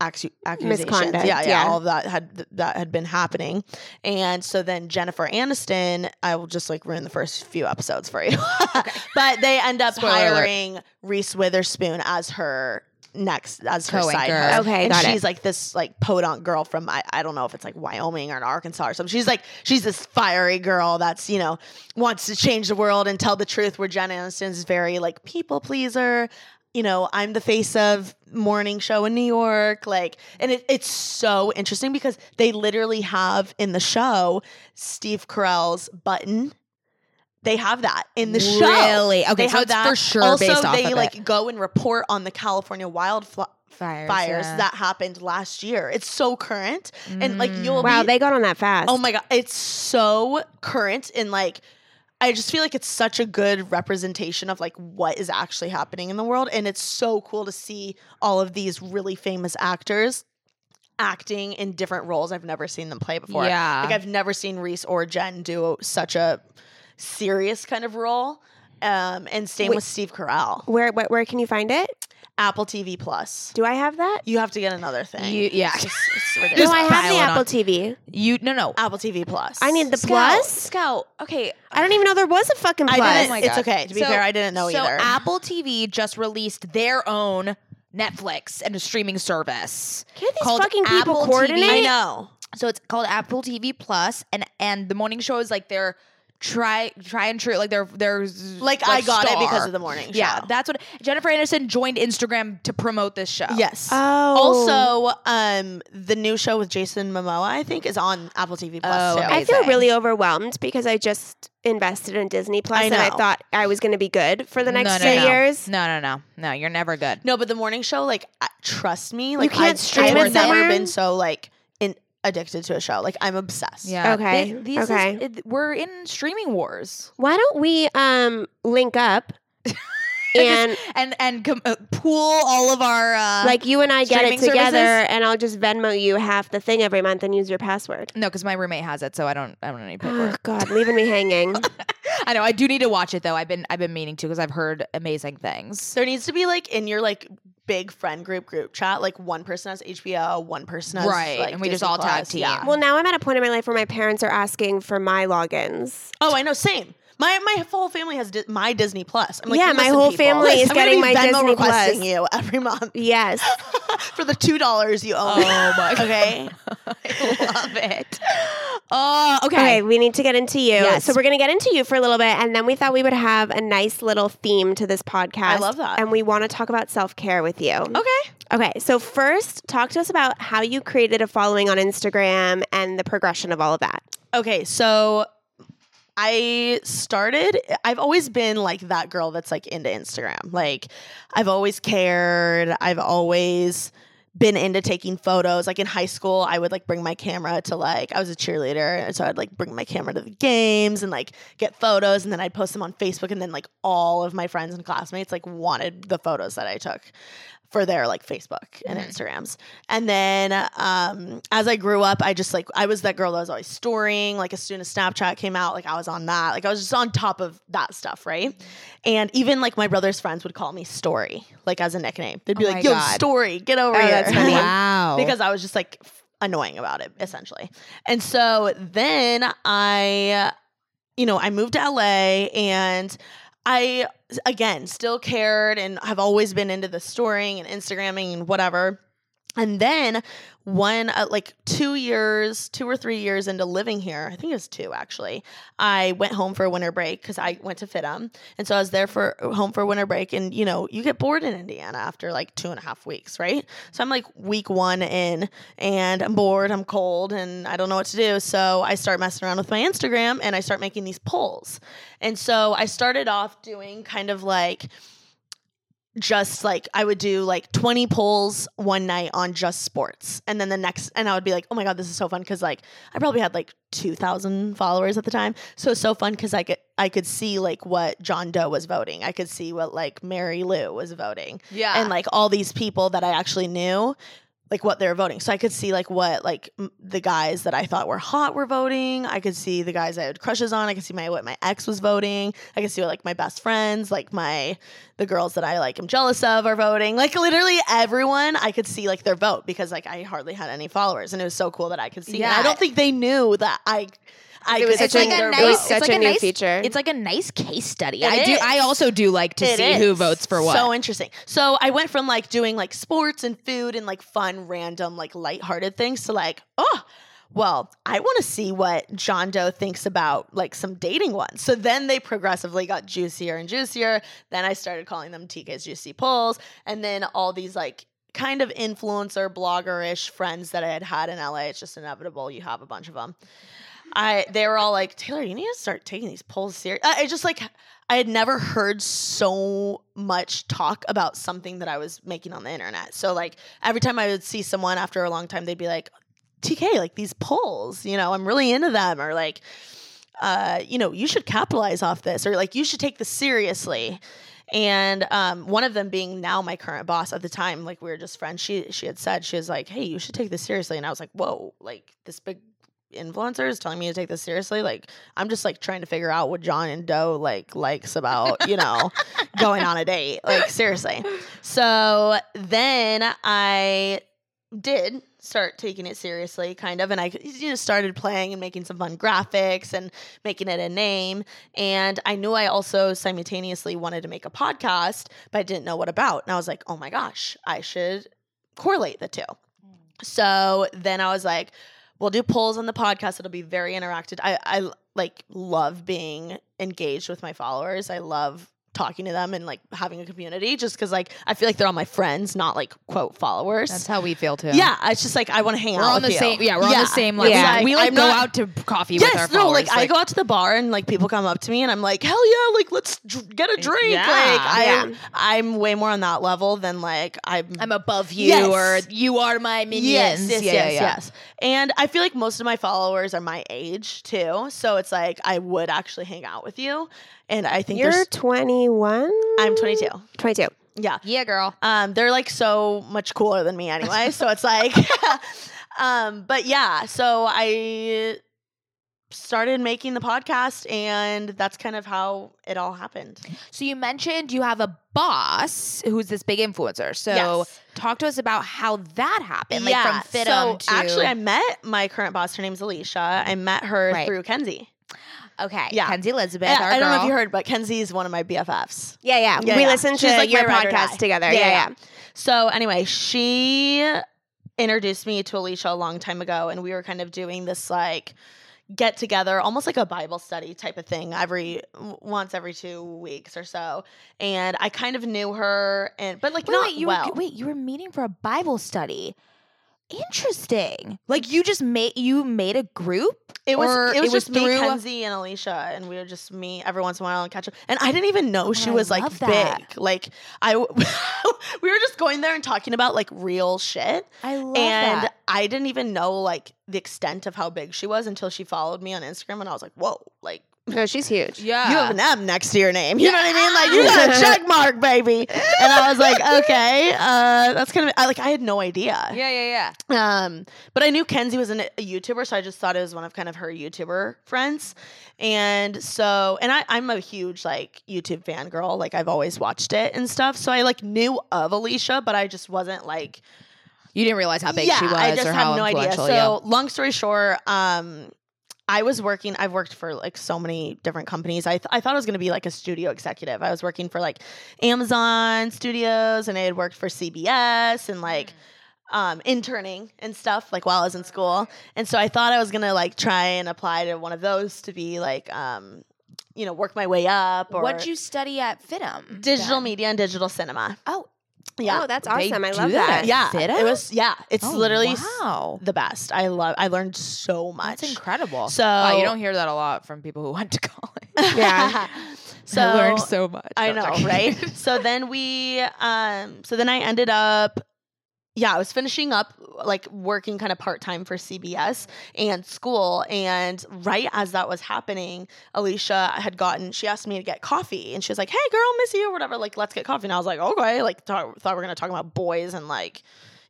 D: accu- accusations
A: Misconduct,
D: yeah, yeah
A: yeah.
D: all of that had that had been happening and so then jennifer aniston i will just like ruin the first few episodes for you <laughs> but they end up
B: Spoiler alert.
D: hiring reese witherspoon as her next as her side
B: Co-anchor.
D: host.
A: Okay,
D: and
A: got it.
D: she's like this like podunk girl from I, I don't know if it's like Wyoming or Arkansas or something. She's like she's this fiery girl that's you know wants to change the world and tell the truth. Where Jen Aniston's very like people pleaser. You know, I'm the face of morning show in New York. Like, and it, it's so interesting because they literally have in the show Steve Carell's button. They have that in the show.
B: Really? Okay,
D: They
B: so
D: have
B: it's for sure
D: also,
B: based off
D: they
B: of
D: like
B: it.
D: go and report on the California wildfires
B: Fires, yeah.
D: that happened last year. It's so current, and like you'll
A: Wow,
D: be,
A: they got on that fast.
D: oh my god, it's so current and like. I just feel like it's such a good representation of like what is actually happening in the world and it's so cool to see all of these really famous actors acting in different roles I've never seen them play before.
B: Yeah.
D: Like I've never seen Reese or Jen do such a serious kind of role. Um, and same
A: Wait.
D: with Steve Carell.
A: Where, where where can you find it?
D: Apple TV Plus.
A: Do I have that?
D: You have to get another thing.
B: You- yeah.
D: It's, just-
B: <laughs>
D: it's
A: No,
D: ridiculous.
B: Just
A: I have
B: pile
A: the
B: it
A: Apple
B: on.
A: TV.
B: You no no.
D: Apple TV Plus.
A: I need the
B: Scout,
A: plus.
B: Scout. Okay.
A: I don't even know there was a fucking plus.
D: I didn't.
B: Oh my
D: it's
B: God.
D: okay. To be
B: So-
D: fair, I didn't know
B: so
D: either.
B: Apple TV just released their own Netflix and a streaming service.
A: Can't these
B: called
A: fucking people
B: Apple TV.
A: coordinate?
D: I know.
B: So it's called Apple TV Plus, and and the morning show is like their try try and true like their their
D: Like, I got it because of the morning show.
B: Yeah, that's what Jennifer Anderson joined Instagram to promote this show.
D: Yes.
A: Oh.
D: also, um, the new show with Jason Momoa, I think, is on Apple TV Plus
B: Oh,
D: too.
A: I feel
B: amazing.
A: really overwhelmed because I just invested in Disney Plus
D: I
A: and I
D: know.
A: thought I was going to be good for the
B: No,
A: next
B: no,
A: few
B: no.
A: years.
B: No, no, no, no. You're never good.
D: no, but the morning show, like, I- trust me, like,
A: can't
D: I,
A: stream
D: I've
B: it
D: never
A: somewhere?
D: been so like in, addicted to a show. Like, I'm obsessed.
B: Yeah.
A: Okay,
B: These, these
A: okay.
B: Is, it, we're in streaming wars
A: Why don't we um link up and
B: and and com- uh, pool all of our uh,
A: like you and I get it
D: streaming
A: together
D: services?
A: and I'll just Venmo you half the thing every month and use your password.
B: no, because my roommate has it, so I don't I don't need to
A: <gasps>
B: pay for
A: Oh
B: it.
A: god, leaving me
D: <laughs>
A: hanging.
B: I know I do need to watch it though. I've been I've been meaning to because I've heard amazing things.
D: There needs to be like in your like big friend group group chat, like one person has HBO, one person has
B: Right,
D: like,
B: and we just
D: Disney
B: all tag
D: Plus.
B: team.
D: Yeah.
A: well, now I'm at a point in my life where my parents are asking for my logins.
D: Oh, I know. Same. My my whole family has di- my Disney Plus. I'm like,
A: Yeah, my
D: "Listen,
A: whole
D: people,
A: family is
D: <laughs> I'm gonna
A: getting my
D: be Venmo
A: Disney
D: requesting
A: Plus."
D: you every month
A: Yes. <gasps>
D: for the two dollars you owe. me.
B: Oh my God.
D: <laughs> Okay,
B: Love it. Oh, okay.
A: Okay, we need to get into you.
B: Yes.
A: So we're going to get into you for a little bit, and then we thought we would have a nice little theme to this podcast. I
D: love that. Oh.
A: And we want to talk about self care with you.
D: okay.
A: Okay, so first, talk to us about how you created a following on Instagram and the progression of all of that.
D: Okay, so I started I've always been like that girl that's like into Instagram. Like I've always cared. I've always been into taking photos. Like in high school, I would like bring my camera to like I was a cheerleader, and so I'd like bring my camera to the games and like get photos and then I'd post them on Facebook and then like all of my friends and classmates like wanted the photos that I took for their like Facebook
B: Mm-hmm.
D: and Instagrams. And then um, as I grew up, I just like I was that girl that was always storying. Like as soon as Snapchat came out, like I was on that. Like I was just on top of that stuff, right? And even like my brother's friends would call me Story, like as a nickname. They'd be
B: Oh
D: like,
B: my
D: "Yo,
B: God. Oh,
D: Story, get over here."
A: that's
B: <laughs>
A: funny.
D: <laughs>
B: Wow.
D: because I was just like f- annoying about it essentially. And so then I you know, I moved to LA and I again still cared and have always been into the storying and Instagramming and whatever. And then one uh, like 2 years, 2 or 3 years into living here, I think it was 2 actually. I went home for a winter break cuz I went to FITM. And so I was there for home for winter break and you know, you get bored in Indiana after like two and a half weeks, right? So I'm like week 1 in and I'm bored, I'm cold and I don't know what to do. So I start messing around with my Instagram and I start making these polls. And so I started off doing kind of like just like I would do like 20 polls one night on just sports. And then the next, and I would be like, oh my God, this is so fun. Cause like I probably had like 2,000 followers at the time. So it's so fun because I could, I could see like what John Doe was voting. I could see what like Mary Lou was voting
B: yeah.
D: and like all these people that I actually knew, like what they were voting. So I could see like what like m- the guys that I thought were hot were voting. I could see the guys I had crushes on. I could see my what my ex was voting. I could see what like my best friends, like my the girls that I like am jealous of are voting. Like literally everyone, I could see like their vote because like I hardly had any followers, and it was so cool that I could see. And
B: Yeah.
D: I don't think they knew that I. I
E: It was
D: could
B: It's
E: such
B: like
D: think
B: a
D: they're
B: nice,
E: it
D: wrong.
E: was
B: it's
E: such
B: like
E: a new
B: nice,
E: feature.
B: It's like a nice case study.
D: It
B: I do.
D: is.
B: I also do like to
D: It
B: see who
D: is.
B: votes for what.
D: So interesting. So I went from like doing like sports and food and like fun, random, like lighthearted things to like, oh, well, I want to see what John Doe thinks about like some dating ones. So then they progressively got juicier and juicier. Then I started calling them TK's Juicy Pulls. And then all these like kind of influencer, blogger ish friends that I had had in LA. It's just inevitable. You have a bunch of them. I they were all like, Taylor, you need to start taking these polls serious. I, I just like I had never heard so much talk about something that I was making on the internet. So like every time I would see someone after a long time, they'd be like, TK, like these polls, you know, I'm really into them, or like, uh, you know, you should capitalize off this, or like you should take this seriously. And um, one of them being now my current boss at the time, like we were just friends. She she had said she was like, "Hey, you should take this seriously," and I was like, "Whoa!" Like this big influencer is telling me to take this seriously. Like I'm just like trying to figure out what John and Doe like likes about you know going on a date. Like seriously. So then I did start taking it seriously kind of and i you know started playing and making some fun graphics and making it a name and i knew i also simultaneously wanted to make a podcast but i didn't know what about and i was like oh my gosh i should correlate the two so then i was like we'll do polls on the podcast it'll be very interactive i i like love being engaged with my followers i love talking to them and like having a community just because like i feel like they're all my friends not like quote followers
B: That's how we feel too.
D: yeah, it's just like I want to hang
B: we're
D: out.
B: on
D: with
B: the
D: you.
B: same. Yeah, we're on the same level.
D: It's
B: we like
D: I'm
B: go
D: not-
B: out to coffee
D: Yes,
B: with our
D: no,
B: followers.
D: like, I go out to the bar and like people come up to me and I'm like, hell yeah, like let's dr- get a drink.
B: Yeah.
D: like I,
E: Yeah.
D: I'm way more on that level than like I'm.
B: I'm above you,
D: Yes.
B: or you are my minions.
D: Yes, yes,
B: Yeah, yeah,
D: yes,
B: yeah.
D: yes. And I feel like most of my followers are my age too, so it's like I would actually hang out with you. And I think
A: You're
D: there's-
A: 21.
D: I'm 22.
A: 22.
D: Yeah,
B: Yeah, girl.
D: Um, they're like so much cooler than me anyway. so it's like, <laughs> um, but yeah, so I started making the podcast and that's kind of how it all happened.
B: So you mentioned you have a boss who's this big influencer. So
D: Yes.
B: talk to us about how that happened. Like from fit
D: so
B: to
D: actually I met my current boss. Her name's Alicia. I met her
B: Right.
D: through Kenzie.
B: okay.
D: yeah.
B: Kenzie Elizabeth.
D: I,
B: our
D: I don't know if
B: girl.
D: you heard, but Kenzie is one of my BFFs.
A: Yeah, yeah.
D: Yeah,
A: we
D: yeah.
A: listened to
D: She's like my
A: your
D: ride or die.
A: podcast together.
D: Yeah,
A: Yeah,
D: yeah.
A: yeah.
D: So anyway, she introduced me to Alicia a long time ago, and we were kind of doing this like get together, almost like a Bible study type of thing, every w- once every two weeks or so. And I kind of knew her, and but like
B: Wait,
D: not
B: wait, you
D: well.
B: were, wait, you were meeting for a Bible study. Interesting. Like you just made you made a group.
D: it was
B: or
D: it was
B: it was
D: just me,
B: through-
D: Kenzie, and Alicia, and we would just meet every once in a while and catch up. And I didn't even know she
B: Oh, I
D: was like
B: love that.
D: big. Like I, w- <laughs> we were just going there and talking about like real shit.
B: I love
D: and
B: that.
D: I didn't even know like the extent of how big she was until she followed me on Instagram, and I was like, "Whoa!" Like
A: No, she's huge.
B: Yeah.
D: you have an M next to your name. You know what I mean? Like you got a check
B: <laughs>
D: mark, baby. And I was like, "Okay, uh, that's kind of I, like I had no idea."
B: yeah, yeah, yeah.
D: Um, but I knew Kenzie was an, a YouTuber, so I just thought it was one of kind of her YouTuber friends. And so, and I, I'm a huge like YouTube fan girl. Like I've always watched it and stuff. So I like knew of Alicia, but I just wasn't like
B: You didn't realize how big she was
D: I just
B: or
D: had
B: how
D: no idea.
B: influential.
D: So long story short, um, I was working. I've worked for like so many different companies. I, th- I thought I was going to be like a studio executive. I was working for like Amazon Studios, and I had worked for CBS and like
B: Mm.
D: um, interning and stuff like while I
B: Oh,
D: was in school. And so I thought I was going to like try and apply to one of those to be like um, you know work my way up
B: yeah.
D: or
B: What'd you study at FITM?
D: digital
B: then?
D: media and digital cinema.
B: Oh,
D: Yeah,
A: Oh, that's
B: They
A: awesome. I
B: do
A: love that.
D: yeah,
B: FITM?
D: it was yeah. It's
B: Oh,
D: literally
B: wow.
D: the best. I love. I learned so much.
B: That's incredible.
D: So-
B: Wow, you don't hear that a lot from people who went to <laughs> college.
A: Yeah.
B: <laughs>
D: so
B: I learned so much.
D: I
B: No, I'm
D: know,
B: joking. <laughs>
D: right? so then we, um, so then I ended up. Yeah, I was finishing up like working kind of part time for CBS and school. And right as that was happening, Alicia had gotten, she asked me to get coffee and she was like, hey, girl, miss you or whatever. Like, let's get coffee. And I was like, okay. Like, thought, thought we were going to talk about boys and like,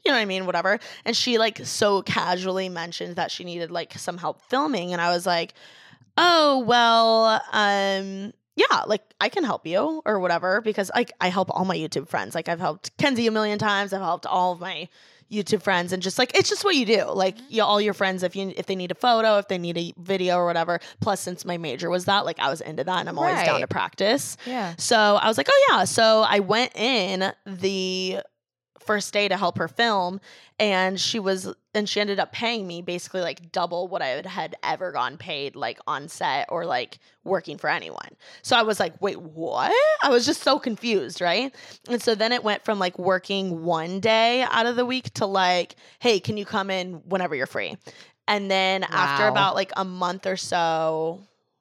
D: you know what I mean? Whatever. And she like so casually mentioned that she needed like some help filming. And I was like, oh, well, um, yeah, like I can help you or whatever because like I help all my YouTube friends. Like I've helped Kenzie a million times. I've helped all of my YouTube friends and just like it's just what you do. Like you, all your friends, if you if they need a photo, if they need a video or whatever. Plus, since my major was that, like I was into that, and I'm always down
B: Right.
D: to practice.
B: Yeah.
D: So I was like, oh yeah. So I went in the first day to help her film and she was and she ended up paying me basically like double what I had, had ever gone paid like on set or like working for anyone. So I was like, wait, what? I was just so confused, right? And so then it went from like working one day out of the week to like, hey, can you come in whenever you're free? And then after
B: Wow.
D: about like a month or so,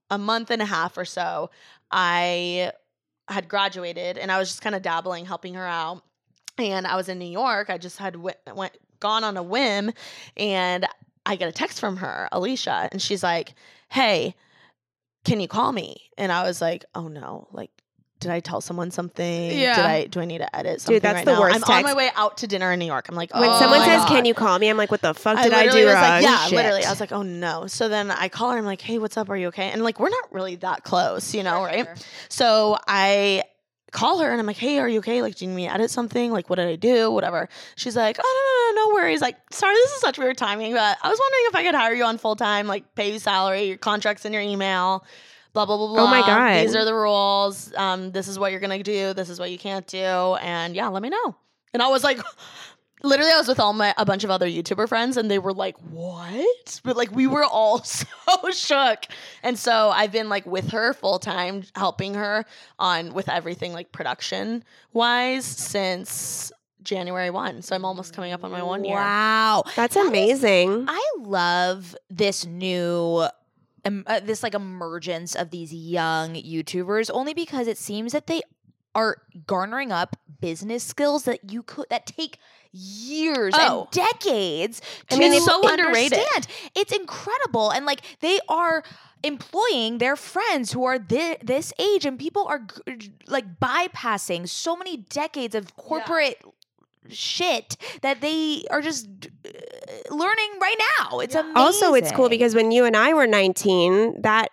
D: a month and a half or so, I had graduated and I was just kind of dabbling, helping her out. And I was in New York. I just had went, went gone on a whim, and I get a text from her, Alicia, and she's like, "Hey, can you call me?" And I was like, "Oh no, like." Did I tell someone something?
B: Yeah.
D: Did I do I need to edit something?
A: that's
D: right
A: the
D: now?
A: worst
D: I'm on
A: text.
D: my way out to dinner in New York. I'm like,
A: When
D: oh
A: someone
D: my
A: says,
D: God.
A: "Can you call me?" I'm like, "What the fuck did I,
D: literally
A: do
D: was
A: wrong?"
D: like, yeah,
B: Shit.
D: literally. I was like, oh no. So then I call her. I'm like, hey, what's up? Are you okay? And like, we're not really that close, you know, right? So I call her and I'm like, hey, are you okay? Like, do you need me to edit something? Like, what did I do? Whatever. She's like, oh, no, no, no, no worries. Like, sorry, this is such weird timing, but I was wondering if I could hire you on full time, like, pay you salary, your contracts in your email. Blah blah blah blah.
A: Oh, my God.
D: These are the rules. Um, this is what you're gonna do. This is what you can't do. And yeah, let me know. And I was like, <laughs> literally, I was with all my a bunch of other YouTuber friends, and they were like, "What?" But like, we were all <laughs> so shook. And so I've been like with her full time, helping her on with everything like production wise since January one. So I'm almost coming up on my one year.
B: Wow.
A: That's amazing.
D: Mm-hmm.
B: I love this new. Um, uh, this like emergence of these young YouTubers only because it seems that they are garnering up business skills that you could that take years
D: Oh.
B: and decades
D: I
B: to
D: mean, it's so underrated.
B: understand. It's incredible and like they are employing their friends who are thi- this age and people are g- like bypassing so many decades of corporate shit that they are just uh, learning right now. It's amazing.
A: Also, it's cool because when you and I were 19, that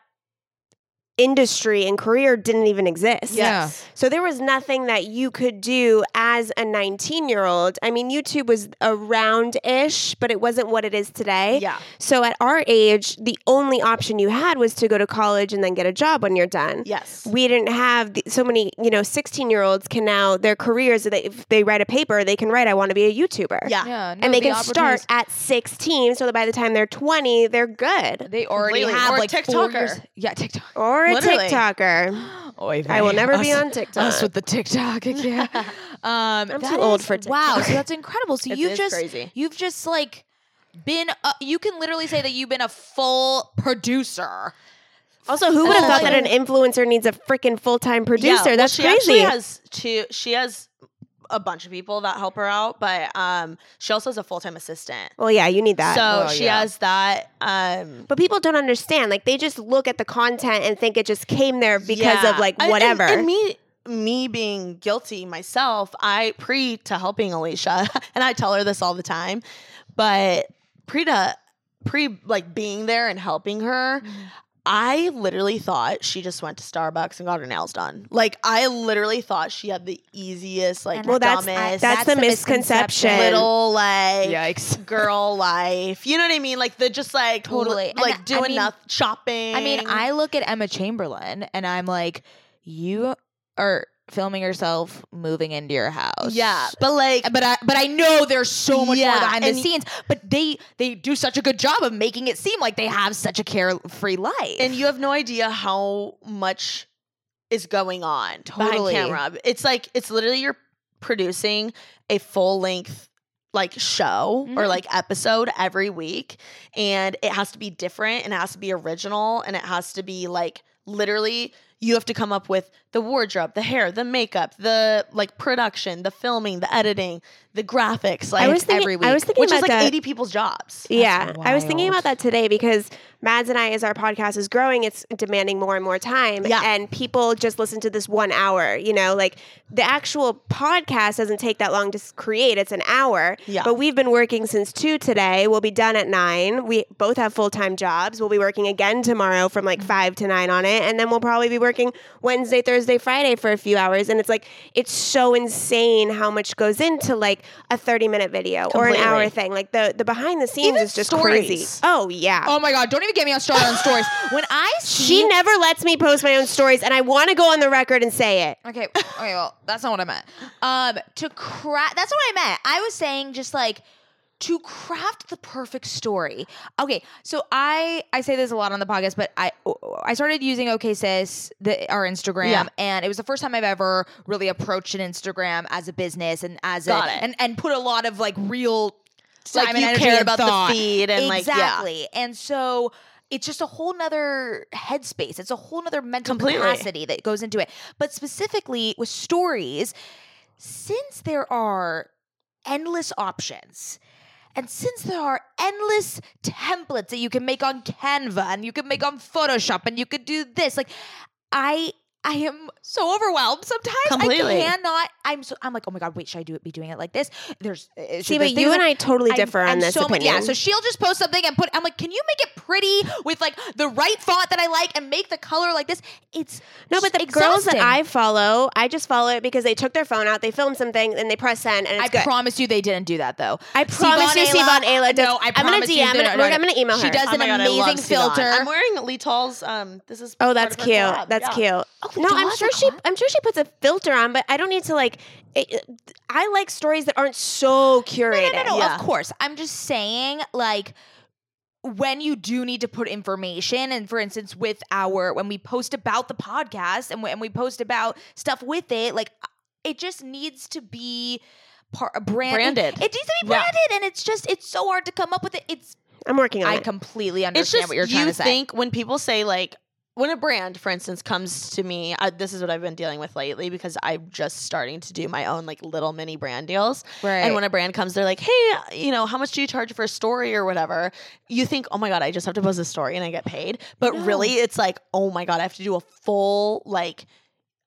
A: industry and career didn't even exist.
B: Yes.
A: So there was nothing that you could do as a 19 year old. I mean, YouTube was around ish, but it wasn't what it is today.
D: Yeah.
A: So at our age, the only option you had was to go to college and then get a job when you're done.
D: Yes.
A: We didn't have the, so many, you know, 16 year olds can now, their careers, they, if they write a paper, they can write, I want to be a YouTuber.
D: yeah.
B: yeah, no,
A: and they
B: the
A: can start
B: opportunities-
A: at 16 so that by the time they're 20 they're good
B: They already
D: Completely.
B: have
D: Or a
B: like four
D: TikToker.
B: years- Yeah, TikTok.
A: or a
D: Literally.
A: tiktoker i will never be on tiktok
B: Us with the TikTok
A: <laughs>
B: again. um, I'm
A: too old for
B: Wow,
A: TikTok.
B: so that's incredible. So
D: It
B: you've
D: is
B: just
D: crazy.
B: you've just like been. A, you can literally say that you've been a full producer.
A: also who would have
B: Oh,
A: thought that
B: yeah.
A: an influencer needs a freaking full-time
D: Yeah,
A: producer
D: well,
A: that's
D: she
A: crazy
D: Actually has two. She has a bunch of people that help her out, but um, she also has a full time assistant.
A: well yeah you need that
D: so
B: Oh,
D: she
B: yeah.
D: has that. Um,
A: but people don't understand like they just look at the content and think it just came there because
D: yeah.
A: of like
D: I- and-
A: whatever
D: And, me, me being guilty myself, I pre to helping Alicia, <laughs> and I tell her this all the time, but pre to pre like being there and helping her.
B: Mm-hmm.
D: I literally thought she just went to Starbucks and got her nails done. Like I literally thought she had the easiest, like
B: And Well,
A: that's-
D: dumbest,
A: that's the misconception.
D: little like
B: Yikes.
D: girl life. You know what I mean? Like the just like
B: Totally.
D: li-
B: And
D: like
B: I
D: doing
B: mean-
D: nothing shopping.
B: I mean, I look at Emma Chamberlain and I'm like, you are filming yourself moving into your house.
D: yeah, but like
B: but I but I know there's so much
D: Yeah,
B: more behind the
D: and-
B: scenes. But they they do such a good job of making it seem like they have such a carefree life.
D: and you have no idea how much is going on
B: Totally.
D: behind camera. It's like it's literally you're producing a full length like show or
B: Mhm.
D: like episode every week and it has to be different and it has to be original and it has to be like literally you have to come up with the wardrobe, the hair, the makeup, the like production, the filming, the editing, the graphics, like
A: I was thinking,
B: every
A: I
B: week,
A: was thinking
D: which is
A: about
D: like
A: that.
D: 80 people's jobs.
B: That's
A: Yeah, I was thinking
B: wild.
A: about that today because Mads and I, as our podcast is growing, it's demanding more and more time.
D: Yeah.
A: And people just listen to this one hour, you know, like the actual podcast doesn't take that long to s- create, it's an hour.
D: Yeah.
A: But we've been working since two today. We'll be done at
D: Mm-hmm.
A: nine. We both have full time jobs. We'll be working again tomorrow from like five to nine on it. And then we'll probably be working Wednesday, Thursday, Friday for a few hours. And it's like, it's so insane how much goes into like a 30 minute video or
D: Completely.
A: an hour thing. Like the, the behind the scenes
D: Even
A: is just
D: stories.
A: crazy. Oh, yeah.
B: Oh my god! Don't even get me on started on stories. When
D: <laughs>
B: I see
A: she never lets me post my own stories, and I want to go on the record and say it.
B: Okay, okay, well, that's not what I meant. Um, to craft that's what I meant. I was saying just like to craft the perfect story. Okay, so I I say this a lot on the podcast, but I I started using OK Sis the our Instagram,
D: Yeah.
B: and it was the first time I've ever really approached an Instagram as a business and as
D: Got
B: a
D: it.
B: and and put a lot of like real
D: like
B: time
D: you
B: and energy
D: care
B: and
D: about
B: thought.
D: the feed and like
B: exactly. And so it's just a whole nother headspace. It's a whole nother mental
D: Completely.
B: capacity that goes into it. But specifically with stories, since there are endless options. And since there are endless templates that you can make on Canva and you can make on Photoshop and you could do this, like I I am so overwhelmed sometimes.
D: Completely.
B: I cannot. I'm so I'm like, oh my god, wait, should I do it? Be doing it like this? There's uh, should
A: See,
B: the
A: but
B: things
A: you and
B: like-
A: I totally
B: I'm-
A: differ on
B: and
A: this
B: so many-
A: opinion.
B: yeah, so she'll just post something and put. I'm like, can you make it pretty with like the right font that I like and make the color like this? It's
A: No, but the
B: exhausting.
A: girls that I follow, I just follow it because they took their phone out, they filmed something, and they press send, and it's
B: I
A: good.
B: promise you, they didn't do that though.
A: I promise you, Siobhan Ayla does-
B: No, I
A: I'm gonna
B: promise you,
A: DM
B: they
A: it.
B: don't-
A: We're- I'm gonna email
B: She
A: her.
B: does
D: yeah.
B: an amazing filter.
D: I'm wearing Leetal's. Um, this is.
A: oh,
D: part
A: that's
D: of her
A: cute.
D: collab,
A: That's
D: yeah.
A: cute.
B: Oh,
A: no, I'm
B: does
A: sure
B: it
A: she.
B: on?
A: I'm sure she puts a filter on, but I don't need to like. It, it- I like stories that aren't so curated.
B: No, no, no,
D: Yeah.
B: of course. I'm just saying, like, when you do need to put information, and for instance, with our, when we post about the podcast and when we post about stuff with it, like, uh, it just needs to be par- brand-
D: Branded.
B: It needs to be
D: Yeah.
B: branded, and it's just, it's so hard to come up with it. It's,
A: I'm working on
B: I
A: it.
B: completely understand
D: It's just
B: what you're
D: you
B: trying to say.
D: think when people say like when a brand, for instance, comes to me. I, this is what I've been dealing with lately because I'm just starting to do my own like little mini brand deals.
B: Right.
D: And when a brand comes, they're like, "Hey, you know, how much do you charge for a story or whatever?" You think, "Oh my god, I just have to post a story and I get paid," but really, it's like, "Oh my god, I have to do a full like."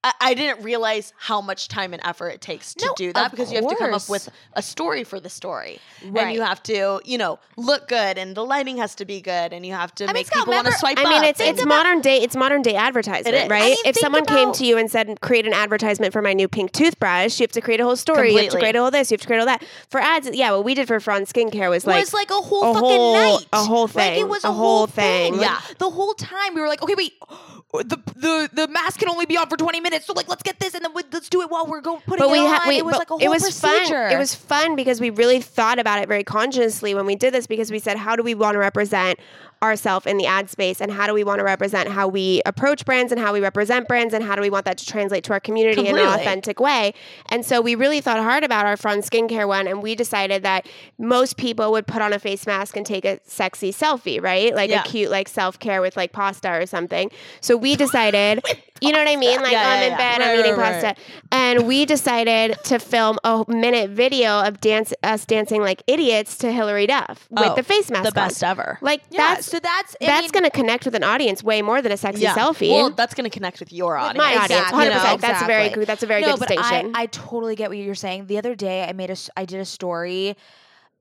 D: I, I didn't realize how much time and effort it takes to
B: No,
D: do that
B: of
D: because you have to come up
B: course.
D: with a story for the story, and
B: Right.
D: you have to, you know, look good, and the lighting has to be good, and you have to
B: mean,
D: make
B: it's got
D: people want to
B: member-
D: swipe
A: I mean,
D: up.
A: it's
D: and-
A: it's modern day. It's modern day advertisement,
D: It is.
A: right?
D: I mean,
A: if
B: think
A: someone came
B: about-
A: to you and said, "Create an advertisement for my new pink toothbrush," you have to create a whole story. You have to
D: Completely.
A: create all this. You have to create all that for ads. Yeah, what we did for Fran Skincare was like,
B: was like a whole
A: a
B: fucking
A: whole-
B: night,
A: a whole
B: Like
A: thing,
B: it was
A: a
B: a,
A: whole
B: whole thing.
A: thing.
B: Like, the whole time we were like, okay, wait, oh, the the the mask can only be on for twenty minutes, so like let's get this and then we, let's do it while we're going putting
A: but
B: it
A: we
B: on.
A: had we,
B: it was
A: but
B: like a whole
A: it was
B: procedure.
A: fun. It was fun because we really thought about it very consciously when we did this because we said, how do we want to represent ourselves in the ad space, and how do we want to represent how we approach brands, and how we represent brands, and how do we want that to translate to our community in an
D: Completely.
A: authentic way? And so we really thought hard about our front skincare one, and we decided that most people would put on a face mask and take a sexy selfie, right? Like
D: Yeah.
A: a cute like self care with like pasta or something.
B: <laughs>
A: So we decided. You know what I mean? Like
D: Yeah,
A: I'm
D: yeah,
A: in
D: yeah.
A: bed, I'm
B: Right,
A: eating
B: right,
A: pasta,
B: right.
A: and we decided to film a minute video of dance us dancing like idiots to Hillary Duff with
D: Oh,
A: the face mask.
D: the
A: on.
D: best ever.
A: Like
B: yeah.
A: that's
B: so that's I
A: that's
B: mean,
A: going to connect with an audience way more than a sexy selfie.
D: Well, that's going to connect with your audience.
A: my audience,
B: Exactly.
A: 100%.
B: No,
A: that's a very
B: exactly.
A: good, that's a very
B: no,
A: good
B: but I,
A: distinction.
B: I totally get what you're saying. The other day, I made a s- I did a story,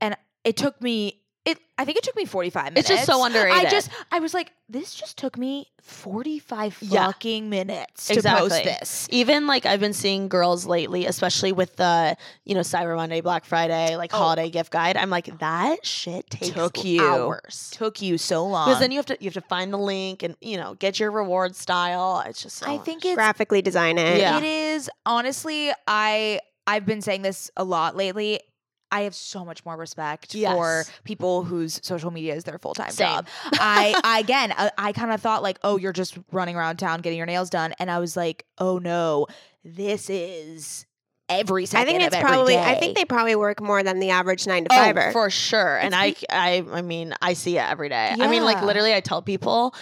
B: and it took me it. I think it took me 45 minutes.
D: It's just so
B: I
D: underrated.
B: just I was like, this just took me 45
D: Yeah.
B: fucking minutes to
D: Exactly.
B: post this.
D: Even like I've been seeing girls lately, especially with the you know Cyber Monday, Black Friday, like holiday gift guide. I'm like that shit takes
B: Took you.
D: hours
B: Took you so long.
D: because then you have to you have to find the link and you know get your reward style. Oh, It's just so
B: I
D: much.
B: think it's
A: Graphically design it.
D: Yeah.
B: It is honestly, I I've been saying this a lot lately. I have so much more respect
D: Yes.
B: for people whose social media is their full time
D: Same.
B: job.
C: <laughs>
B: I, I again, I, I kind of thought like, oh, you're just running around town getting your nails done, and I was like, oh no, this is every
A: I
B: second.
A: think it's
B: of every
A: probably I
B: day.
A: think they probably work more than the average 9 to
D: Oh,
A: 5er.
D: for sure. And I, I, I mean, I see it every day. I mean, like
B: Yeah.
D: literally, I tell people.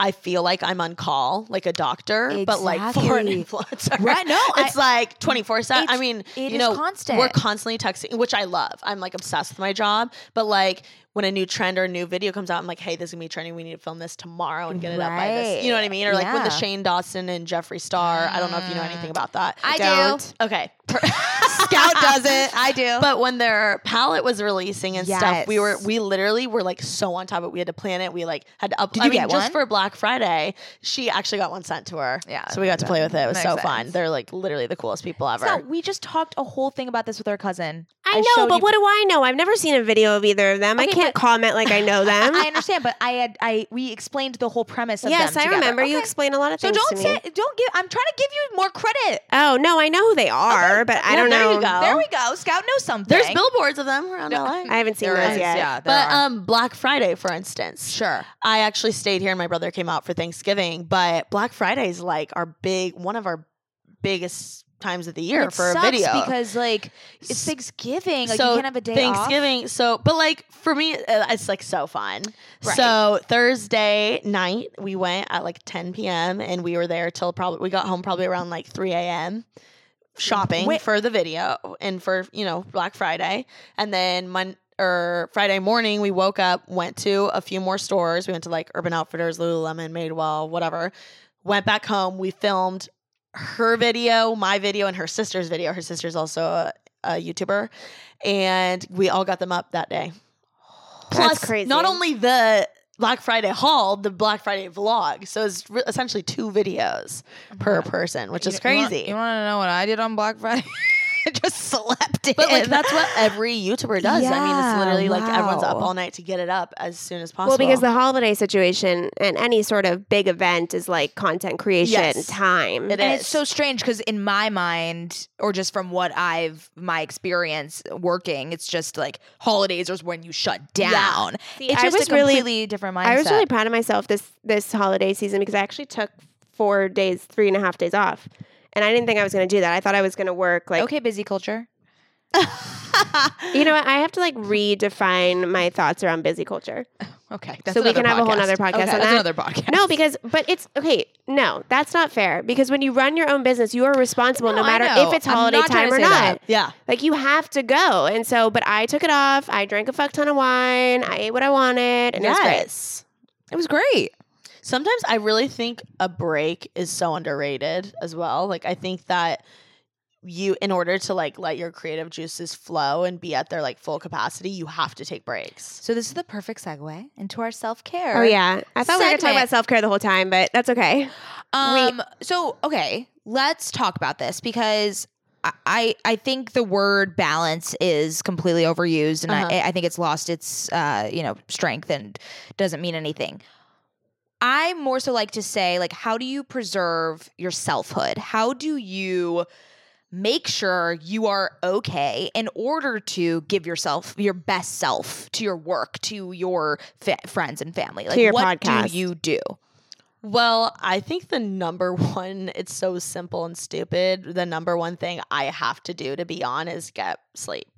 D: I feel like I'm on call, like a doctor, but like <laughs> for an
B: Exactly.
D: influencer.
B: Right, no, I-
D: it's like 24 7. I
B: It's-
D: mean,
B: it
D: you
B: is
D: know,
B: constant.
D: we're constantly texting, which I love. I'm like obsessed with my job, but like when a new trend or a new video comes out, I'm like, hey, this is gonna be trending. We need to film this tomorrow and get it up by this. You know what I
B: Right.
D: mean? Or like when
B: Yeah.
D: the Shane Dawson and Jeffree Star, I don't know if you know anything about that.
B: I
A: don't.
B: do.
D: Okay. <laughs> Scout does it.
C: I do.
D: But when their palette was releasing and stuff, we were
C: Yes.
D: we literally were like so on top of it. We had to plan it. We like had to up.
C: Did
D: I
C: you
D: mean,
C: get
D: just
C: one?
D: for Black Friday, she actually got one sent to her.
C: Yeah,
D: So we got to play with it. It was
C: makes
D: so
C: sense.
D: fun. They're like literally the coolest people ever.
C: So we just talked a whole thing about this with our cousin.
A: I
C: showed
A: know, but
C: you-
A: what do I know? I've never seen a video of either of them. I
C: Okay,
A: can't
C: but-
A: comment like I know them.
C: I understand, but I had I we explained the whole premise of
A: yes,
C: them
A: I
C: together.
A: remember you
C: Okay.
A: explain a lot of
C: So
A: things
C: don't
A: to me.
C: say don't give I'm trying to give you more credit.
A: oh no, I know who they are, but I
D: Well,
A: don't
D: there you
A: know.
D: go.
C: There we go. Scout knows something.
D: There's billboards of them around LA.
A: I haven't seen
C: There
A: those
C: is,
A: yet.
C: Yeah, there
D: but
C: are.
D: um, Black Friday, for instance,
C: sure.
D: I actually stayed here and my brother came out for Thanksgiving, but Black Friday is like our big one of our biggest times of the year
C: Which
D: for a
C: sucks
D: video.
C: because like it's
D: S-
C: Thanksgiving. Like
D: so
C: you can't have a day Off.
D: Thanksgiving, so but like for me, uh, it's like so fun.
C: Right.
D: So Thursday night we went at like 10 p.m. and we were there till probably we got home probably around like 3 a.m. Shopping
C: Wait.
D: for the video and for you know Black Friday, and then Mon or Friday morning we woke up, went to a few more stores. We went to like Urban Outfitters, Lululemon, Madewell, whatever. Went back home. We filmed her video, my video, and her sister's video. Her sister's also a, a YouTuber, and we all got them up that day. Plus,
A: crazy.
D: not only the Black Friday haul, the Black Friday vlog. So it's re- essentially two videos
C: Mm-hmm.
D: per person, which is crazy.
C: You want to know what I did on Black Friday? <laughs> just slept
D: but like that's what every YouTuber does. I mean,
C: Yeah,
D: it's literally like everyone's up
C: wow.
D: all night to get it up as soon as possible.
A: Well, because the holiday situation and any sort of big event is like content creation
D: Yes.
A: time.
D: It
C: and
D: is.
C: it's so strange because in my mind or just from what i've my experience working it's just like holidays is when you shut
D: Yeah.
C: down
A: See,
C: it's
A: I
C: just
A: was
C: a
A: really-
C: completely different mindset
A: I was really proud of myself this this holiday season because I actually took four days, three and a half days off, and I didn't think I was going to do that. I thought I was going to work like
C: okay busy culture
A: you know what? I have to like redefine my thoughts around busy culture.
C: <laughs> okay that's
A: So we can
C: another
A: have a whole
C: podcast.
A: nother podcast
C: okay,
A: on
C: that's
A: that.
C: another podcast
A: No, because but it's okay. No, that's not fair. Because when you run your own business, you are responsible no,
C: No, I
A: matter
C: know.
A: if it's
C: I'm
A: holiday
C: not
A: time
C: trying to
A: or
C: say
A: not.
C: that.
D: yeah,
A: Like you have to go. And so, but I took it off. I drank a fuck ton of wine. I ate what I wanted, and it was great.
D: yes.
C: it was great
D: Sometimes I really think a break is so underrated as well. Like I think that you in order to like let your creative juices flow and be at their like full capacity, you have to take breaks.
C: so this is the perfect segue into our self-care
A: Oh yeah, I thought we were gonna talk
C: Segment.
A: about self care the whole time, but that's okay.
C: Um. So okay, let's talk about this because I- I I think the word balance is completely overused, and
D: Uh-huh.
C: I I think it's lost its uh you know strength and doesn't mean anything. I more so like to say like, how do you preserve your selfhood? How do you make sure you are okay in order to give yourself your best self to your work, to your fa- friends and family? Like,
A: your
C: what
A: podcast.
C: do you do?
D: Well, I think the number <laughs> one, it's so simple and stupid. The number one thing I have to do to be on is get sleep.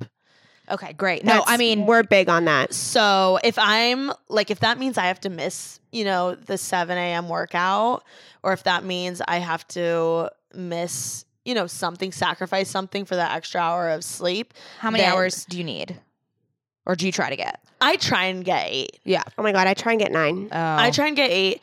C: Okay, great. No, I
A: That's-
C: mean
A: we're big on that.
D: So if I'm like, if that means I have to miss, you know, the 7 a.m. workout, or if that means I have to miss, you know, something, sacrifice something for that extra hour of sleep,
C: How many
D: then-
C: hours do you need? Or do you try to get?
D: I try and get eight.
A: Oh my god, I try and get nine.
C: Oh,
D: I try and get eight.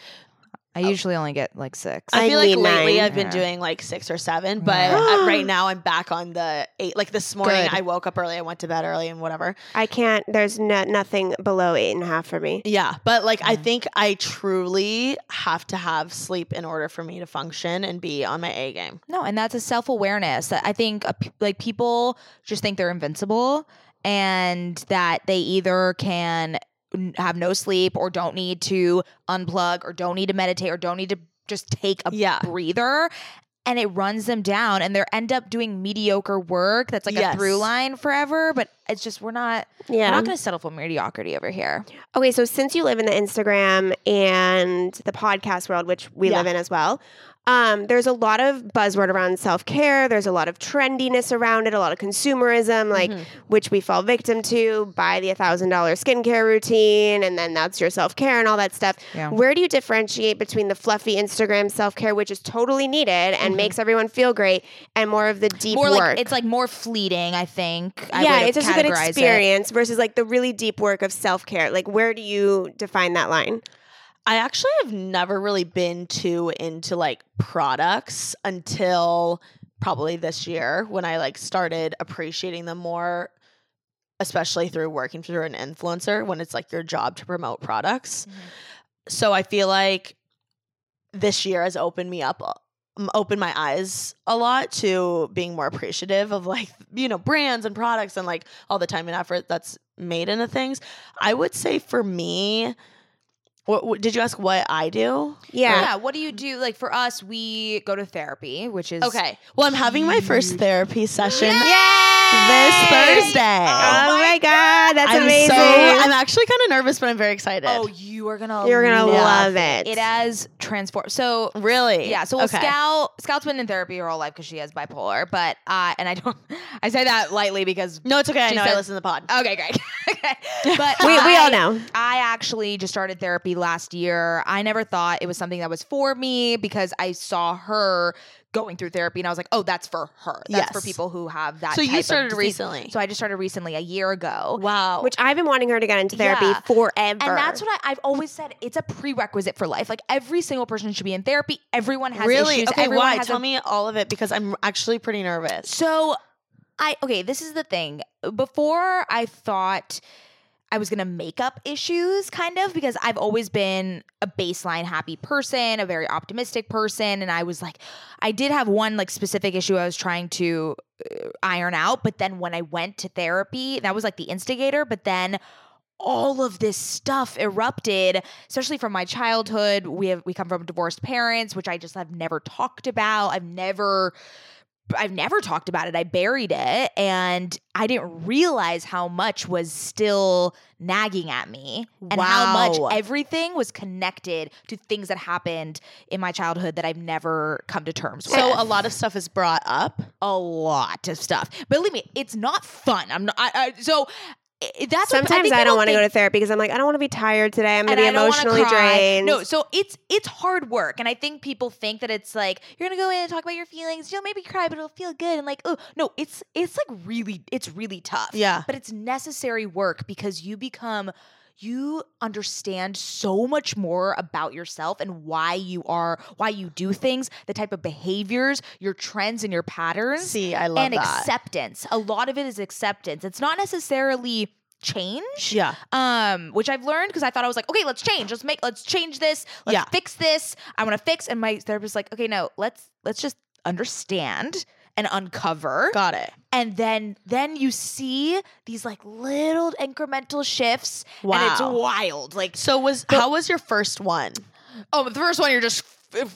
C: I usually only get like six.
D: I,
A: I
D: feel like
A: need
D: lately
A: nine.
D: I've been
C: Yeah.
D: doing like six or seven, but
C: Yeah.
D: uh, right now I'm back on the eight. Like this morning,
C: Good.
D: I woke up early, I went to bed early, and whatever.
A: I can't. There's no, nothing below eight and a half for me.
D: Yeah, but like I
C: Mhm.
D: think I truly have to have sleep in order for me to function and be on my A game.
C: no, and that's a self awareness that I think uh, pe- like people just think they're invincible and that they either can n- have no sleep or don't need to unplug or don't need to meditate or don't need to just take a
D: Yeah.
C: breather and it runs them down and they end up doing mediocre work that's like
D: Yes.
C: a through line forever but it's just we're not
A: Yeah.
C: we're not going to settle for mediocrity over here
A: Okay, so since you live in the Instagram and the podcast world, which we
D: Yeah.
A: live in as well, um, there's a lot of buzzword around self care. There's a lot of trendiness around it, a lot of consumerism, like
C: Mm-hmm.
A: which we fall victim to. Buy the thousand dollar skincare routine, and then that's your self care and all that stuff.
C: Yeah.
A: Where do you differentiate between the fluffy Instagram self care, which is totally needed and makes everyone feel great, and more of the deep
C: Mm-hmm. more
A: work?
C: like it's like more fleeting. I think. I
A: yeah,
C: would
A: it's just a good
C: categorize it.
A: experience versus like the really deep work of self care. Like, where do you define that line?
D: I actually have never really been too into like products until probably this year when I like started appreciating them more, especially through working through an influencer when it's like your job to promote products. So I feel like this year has opened me up m- opened my eyes a lot to being more appreciative of like you know brands and products and like all the time and effort that's made into things i would say for me what, what did you ask what i do
C: Yeah.
A: Yeah.
C: What do you do? Like for us, we go to therapy, which is
D: okay well i'm having my first therapy session this
A: Yeah.
D: thursday
A: Oh, my God. That's
D: I'm
A: amazing.
D: so i'm actually kind of nervous but i'm very excited
C: Oh, you are gonna
A: You're going to
D: Yeah.
A: love it.
C: it has transformed. So
D: really
C: yeah, so well,
D: Okay.
C: Scout Scout's been in therapy her whole life because she has bipolar. But uh, and I don't, <laughs> I say that lightly because
D: no it's okay i
C: She
D: know i
C: said-
D: listen to the pod
C: <laughs> okay, great, <laughs> okay.
D: <laughs>
C: But
A: we, we all
C: I-
A: know.
C: I actually just started therapy last year. I never thought it was something that was for me because I saw her going through therapy and I was like, oh, that's for her. That's for
D: Yes.
C: people who have that.
D: so
C: type
D: you
C: of
D: started
C: disease.
D: recently
C: So I just started recently, a year ago.
D: wow
A: Which I've been wanting her to get into therapy
C: Yeah.
A: forever.
C: And that's what I, I've always said. It's a prerequisite for life. Like every single person should be in therapy. Everyone has
D: really?
C: issues.
D: Okay,
C: Everyone
D: why?
C: has a-
D: Tell me all of it because I'm actually pretty nervous.
C: So I okay, this is the thing. Before I thought I was gonna make up issues, kind of, because I've always been a baseline happy person, a very optimistic person, and I was like, I did have one like specific issue I was trying to uh, iron out, but then when I went to therapy, that was like the instigator, but then all of this stuff erupted especially from my childhood we have we come from divorced parents which i just have never talked about i've never I've never talked about it. I buried it and I didn't realize how much was still nagging at me and how
D: Wow.
C: much everything was connected to things that happened in my childhood that I've never come to terms with.
D: So a lot of stuff is brought up.
C: a lot of stuff. Believe me, it's not fun. I'm not I, I, so i- that's what-
A: Sometimes
C: think
A: I,
C: people
A: don't want to
C: think-
A: go to therapy because I'm like, I don't want to be tired today. I'm going
C: and
A: to be
C: I don't wanna
A: emotionally
C: cry.
A: drained.
C: No, so it's it's hard work, and I think people think that it's like you're gonna go in and talk about your feelings. You'll maybe cry, but it'll feel good. And like, oh no, it's it's like really it's really tough.
D: Yeah.
C: but it's necessary work because you become you understand so much more about yourself and why you are why you do things, the type of behaviors, your trends, and your patterns
D: See, I love
C: and
D: that.
C: acceptance. A lot of it is acceptance. It's not necessarily change.
D: Yeah.
C: Um, which I've learned because I thought I was like, okay, let's change. Let's make let's change this. Let's
D: Yeah.
C: fix this. I want to fix. And my therapist's like, okay, no, let's let's just understand and uncover.
D: Got it.
C: And then then you see these like little incremental shifts. And it's
D: Wow.
C: wild. Like
D: So was how was your first one?
C: Oh, but the first one you're just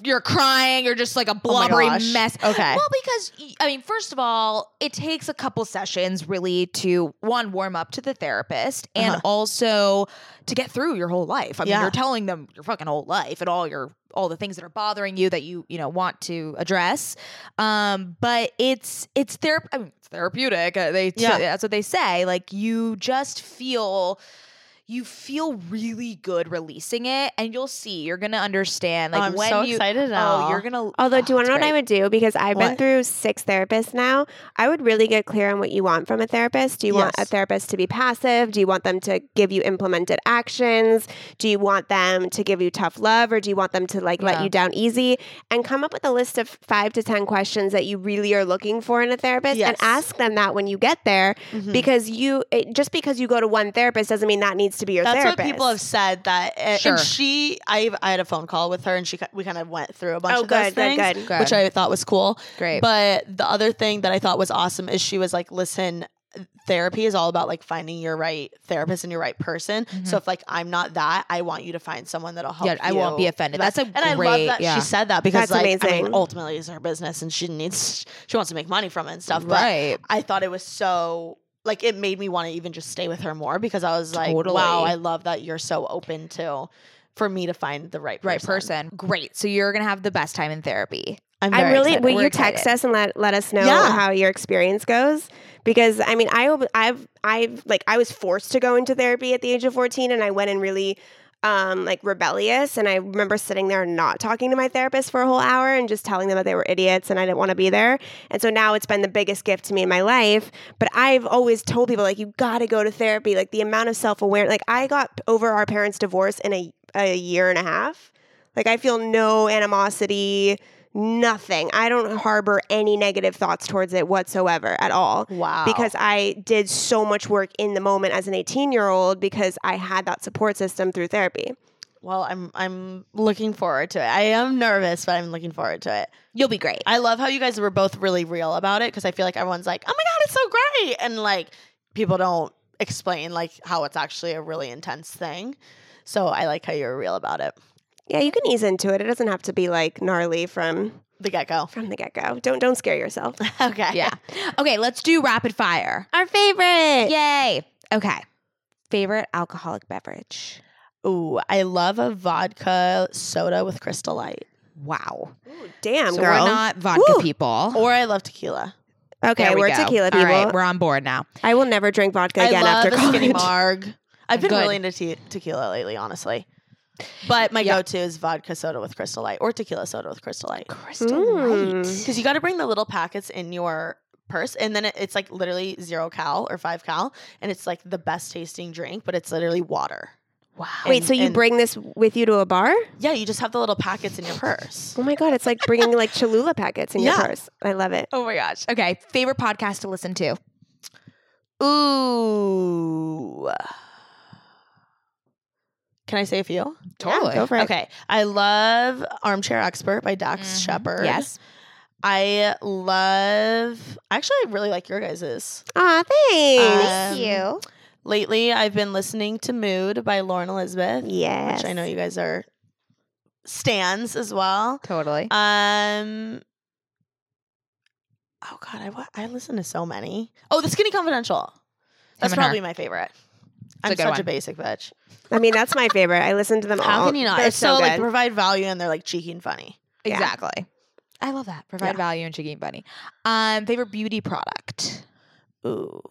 C: you're crying, you're just like a blubbery
D: Oh gosh.
C: mess.
D: Okay.
C: Well, because y- I mean, first of all, it takes a couple sessions really to one warm up to the therapist and
D: Uh-huh.
C: also to get through your whole life. I mean,
D: Yeah.
C: you're telling them your fucking whole life and all your all the things that are bothering you that you you know want to address. Um, but it's it's therap- I mean, it's therapeutic. Uh, they
D: Yeah.
C: that's what they say. Like you just feel you feel really good releasing it and you'll see you're gonna understand like
D: Oh, I'm
C: when
D: so
C: you
D: excited
C: oh
D: now.
C: you're gonna
A: Although, do you
C: oh,
A: want to
C: it's
A: know what I
C: great.
A: would do? Because I've been
D: What?
A: through six therapists now. I would really get clear on what you want from a therapist. Do you want a
D: Yes.
A: therapist to be passive? Do you want them to give you implemented actions? Do you want them to give you tough love or do you want them to like let
C: Yeah.
A: you down easy? And come up with a list of five to 10 questions that you really are looking for in a therapist and
D: Yes. Mm-hmm.
A: ask them that when you get there because you, it, just because you go to one therapist doesn't mean that needs to be your
D: That's
A: therapist.
D: what people have said that uh,
C: Sure.
D: and she I I had a phone call with her and she ki- we kind of went through a bunch
A: Oh,
D: of those
A: good, good,
D: things
A: good,
C: good.
D: which I thought was cool.
C: Great.
D: But the other thing that I thought was awesome is she was like, listen, therapy is all about like finding your right therapist and your right person. So if like I'm not that, I want you to find someone that'll help
C: Mm-hmm. Yeah, I won't
D: you
C: be offended.
D: the best.
C: That's a
D: and I
C: great-
D: love that
C: yeah.
D: she said that because
A: That's
D: like I
A: amazing.
D: mean, ultimately it's her business and she needs she wants to make money from it and stuff. But
C: right
D: I thought it was so like it made me want to even just stay with her more because I was like,
C: Totally.
D: wow, I love that you're so open to for me to find the right person.
C: right person great so you're gonna have the best time in therapy
D: I'm
A: I
D: very
A: really
D: excited.
A: will
C: We're
A: you text
C: excited.
A: us and let let us know
D: Yeah.
A: how your experience goes because I mean I ob- I've I've like I was forced to go into therapy at the age of 14 and I went in really um like rebellious and I remember sitting there and not talking to my therapist for a whole hour and just telling them that they were idiots and I didn't want to be there and so now it's been the biggest gift to me in my life but I've always told people like you got to go to therapy like the amount of self-awareness like I got over our parents divorce in a a year and a half like I feel no animosity, nothing. I don't harbor any negative thoughts towards it whatsoever at all.
D: Wow.
A: Because I did so much work in the moment as an 18 year old because I had that support system through therapy.
D: Well, I'm I'm looking forward to it. I am nervous, but I'm looking forward to it.
B: You'll be great.
D: I love how you guys were both really real about it because I feel like everyone's like, "Oh my god, it's so great," and like people don't explain like how it's actually a really intense thing. So I like how you're real about it.
A: Yeah, you can ease into it. It doesn't have to be like gnarly from
D: The get go.
A: from the get go. Don't don't scare yourself.
D: Okay.
B: Yeah. <laughs> Okay, let's do rapid fire.
A: Our favorite.
B: Yay. Okay. Favorite alcoholic beverage.
D: Ooh, I love a vodka soda with
B: <gasps>
D: Crystal Light,
B: Wow.
A: Damn,
B: So
A: girl.
B: we're not vodka
A: Woo.
B: people.
D: or I love tequila.
A: okay,
B: There we
A: we are
B: go.
A: tequila people.
B: All right, we're on board now.
A: I will never drink vodka
D: I
A: again
D: love
A: after
D: a skinny
A: college.
D: marg. I've been
B: Good.
D: really into te- tequila lately, honestly. But my
B: Yeah.
D: go-to is vodka soda with Crystal Light or tequila soda with Crystal Light.
B: Crystal
A: Mm.
D: Because you got to bring the little packets in your purse, and then it, it's like literally zero cal or five cal, and it's like the best tasting drink, but it's literally water.
B: Wow.
A: Wait,
D: And-
A: so you
D: and-
A: bring this with you to a bar?
D: Yeah, you just have the little packets in your purse.
A: Oh my god, it's like bringing like Cholula packets in
D: Yeah.
A: your purse. I love it.
B: Oh my gosh. Okay. Favorite podcast to listen to?
D: Ooh. Can I say a few?
B: Totally.
A: go for it.
D: Okay. I love Armchair Expert by Dax
B: Mhm.
D: Shepard.
B: Yes.
D: I love, actually, I really like your guys's.
A: Aw, thanks.
D: Um, Lately, I've been listening to Mood by Lauren Elizabeth.
A: yes.
D: which I know you guys are stands as well.
B: Totally.
D: Uh, Um. Oh God, I wa- I listen to so many. Oh, The Skinny Confidential. That's
B: and her.
D: probably my favorite. I'm
B: a good
D: such
B: one.
D: a basic bitch.
A: I mean, that's my favorite. I listen to them all.
D: How can you not?
A: They're
D: It's so,
A: so,
D: like
A: good.
D: provide value and they're like cheeky and funny.
A: yeah.
B: Exactly. I love that. Provide
D: Yeah.
B: value and chicken bunny. Um, favorite beauty product.
D: Ooh.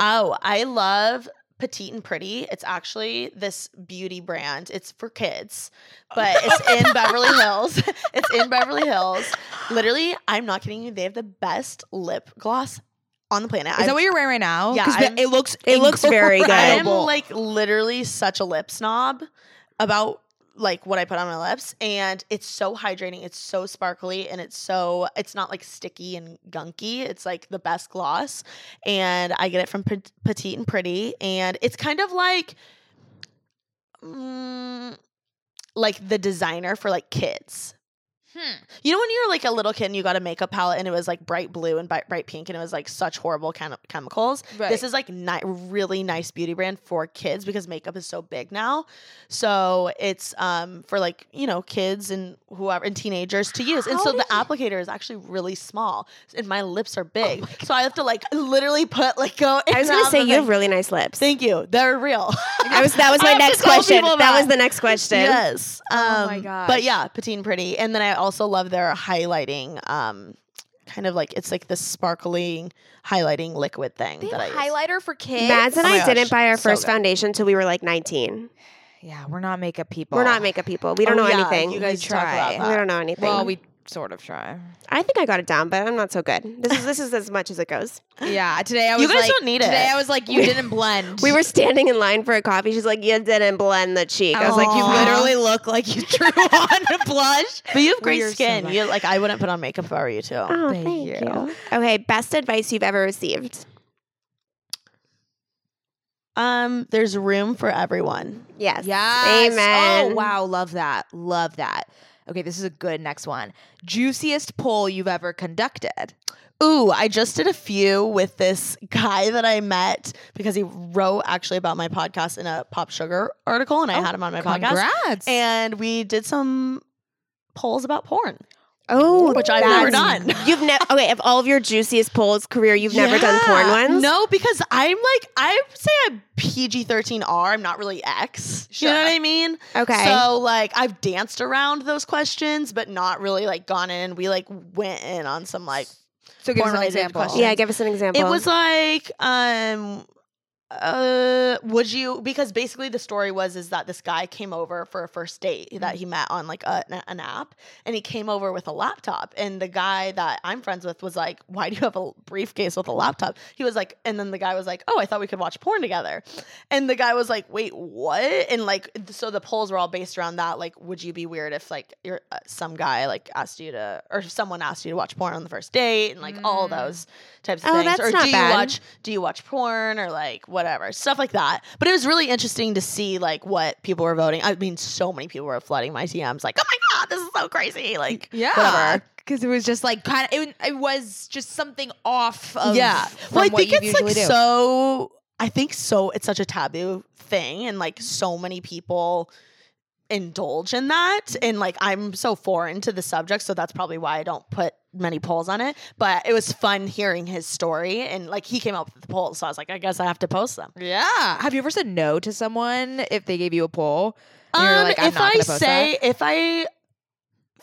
D: Oh, I love Petite and Pretty. It's actually this beauty brand. It's for kids, but it's in Beverly Hills. <laughs> It's in Beverly Hills. Literally, I'm not kidding you. They have the best lip gloss on the planet.
B: Is that what you're wearing right now?
D: Yeah,
B: 'Cause the-
D: I'm-
B: it looks.
A: It
B: <laughs>
A: looks very good.
D: <laughs> I am
B: incredible.
D: like literally such a lip snob about like what I put on my lips and it's so hydrating, it's so sparkly and it's so it's not like sticky and gunky. It's like the best gloss and I get it from Pet- Petite and Pretty and it's kind of like mm, like the designer for like kids.
B: Hmm.
D: You know when you're like a little kid and you got a makeup palette and it was like bright blue and bi- bright pink and it was like such horrible chem- chemicals.
B: Right.
D: This is like ni- really nice beauty brand for kids because makeup is so big now. So it's um for like, you know, kids and whoever and teenagers to use. And
B: How
D: so the
B: did you-
D: applicator is actually really small and my lips are big. so I have to like literally put like go
A: I was
D: going
A: gonna
D: to
A: say you have really nice lips.
D: Thank you. They're real. <laughs>
A: I was that was
D: I
A: my
D: have to
A: next
D: tell
A: question.
D: people
A: That.
D: that.
A: was the next question.
D: Yes. Um,
B: Oh my gosh.
D: But yeah, Petite and Pretty. And then I also love their highlighting um kind of like it's like this sparkling highlighting liquid thing
B: They
D: that I
B: have
D: use.
B: highlighter for kids.
A: Mads and
D: Oh my
A: I
D: gosh,
A: didn't buy our
D: so
A: first
D: good.
A: foundation till we were like 19.
B: Yeah, we're not makeup people.
A: We're not makeup people. We don't
D: Oh,
A: know
D: yeah,
A: anything.
D: You guys
B: We
D: talk about
B: try.
D: that.
A: we don't know anything.
B: Well, we sort of try.
A: I think I got it down, but I'm not so good. This is this is as much as it goes.
B: Yeah. Today I was.
D: You guys
B: like-
D: don't need
B: Today
D: it.
B: I was like, <laughs> you didn't blend.
A: We were standing in line for a coffee. She's like, "You didn't blend the cheek." I was like,
B: you
A: "You
D: Aw.
B: literally look like you drew <laughs> on a blush.
D: But you have great
B: We are so
D: skin.
B: lucky.
D: you like I wouldn't put on makeup if I were you too.
A: Oh,
B: Thank
A: thank,
B: you.
A: you. Okay, best advice you've ever received.
D: Um, there's room for everyone.
A: Yes.
B: Yes.
A: Amen.
B: Oh wow, love that. Love that. Okay, this is a good next one. Juiciest poll you've ever conducted.
D: Ooh, I just did a few with this guy that I met because he wrote actually about my podcast in a Pop Sugar article, and I had him on my podcast,
B: Oh, Congrats.
D: and we did some polls about porn.
A: Oh,
D: Which I've never
A: that's- <laughs>
D: done.
A: You've never okay. Of all of your juiciest polls career, you've never done porn
D: Yeah.
A: ones.
D: No, because I'm like I say I'm PG thirteen R. I'm not really X. You know
B: Sure.
D: what I mean?
A: Okay.
D: So like I've danced around those questions, but not really like gone in. and We like went in on some like
B: so give us an
D: porn-related
B: example.
D: questions.
A: yeah, give us an example.
D: It was like um uh, would you? Because basically the story was is that this guy came over for a first date that he met on like a, an app, and he came over with a laptop, and the guy that I'm friends with was like, "Why do you have a briefcase with a laptop?" He was like, and then the guy was like, "Oh, I thought we could watch porn together," and the guy was like, "Wait, what?" And like, so the polls were all based around that. Like, would you be weird if like your uh, some guy like asked you to, or someone asked you to watch porn on the first date, and like all those types of
A: Mm. Oh,
D: things,
A: that's
D: or
A: not
D: do
A: bad.
D: you watch? do you watch porn or like whatever stuff like that but it was really interesting to see like what people were voting i mean so many people were flooding my dms like oh my god this is so crazy like
B: Yeah,
D: whatever
B: because it was just like kind of it, it was just something off. Of
D: yeah
B: from
D: well i
B: what
D: think
B: you
D: it's like
B: usually do.
D: so i think so it's such a taboo thing and like so many people indulge in that and like i'm so foreign to the subject so that's probably why i don't put many polls on it but it was fun hearing his story and like he came up with the polls so i was like i guess i have to post them
B: Yeah. Have you ever said no to someone if they gave you a poll? and you were
D: Um,
B: like, I'm
D: if
B: not
D: I
B: gonna post
D: say if I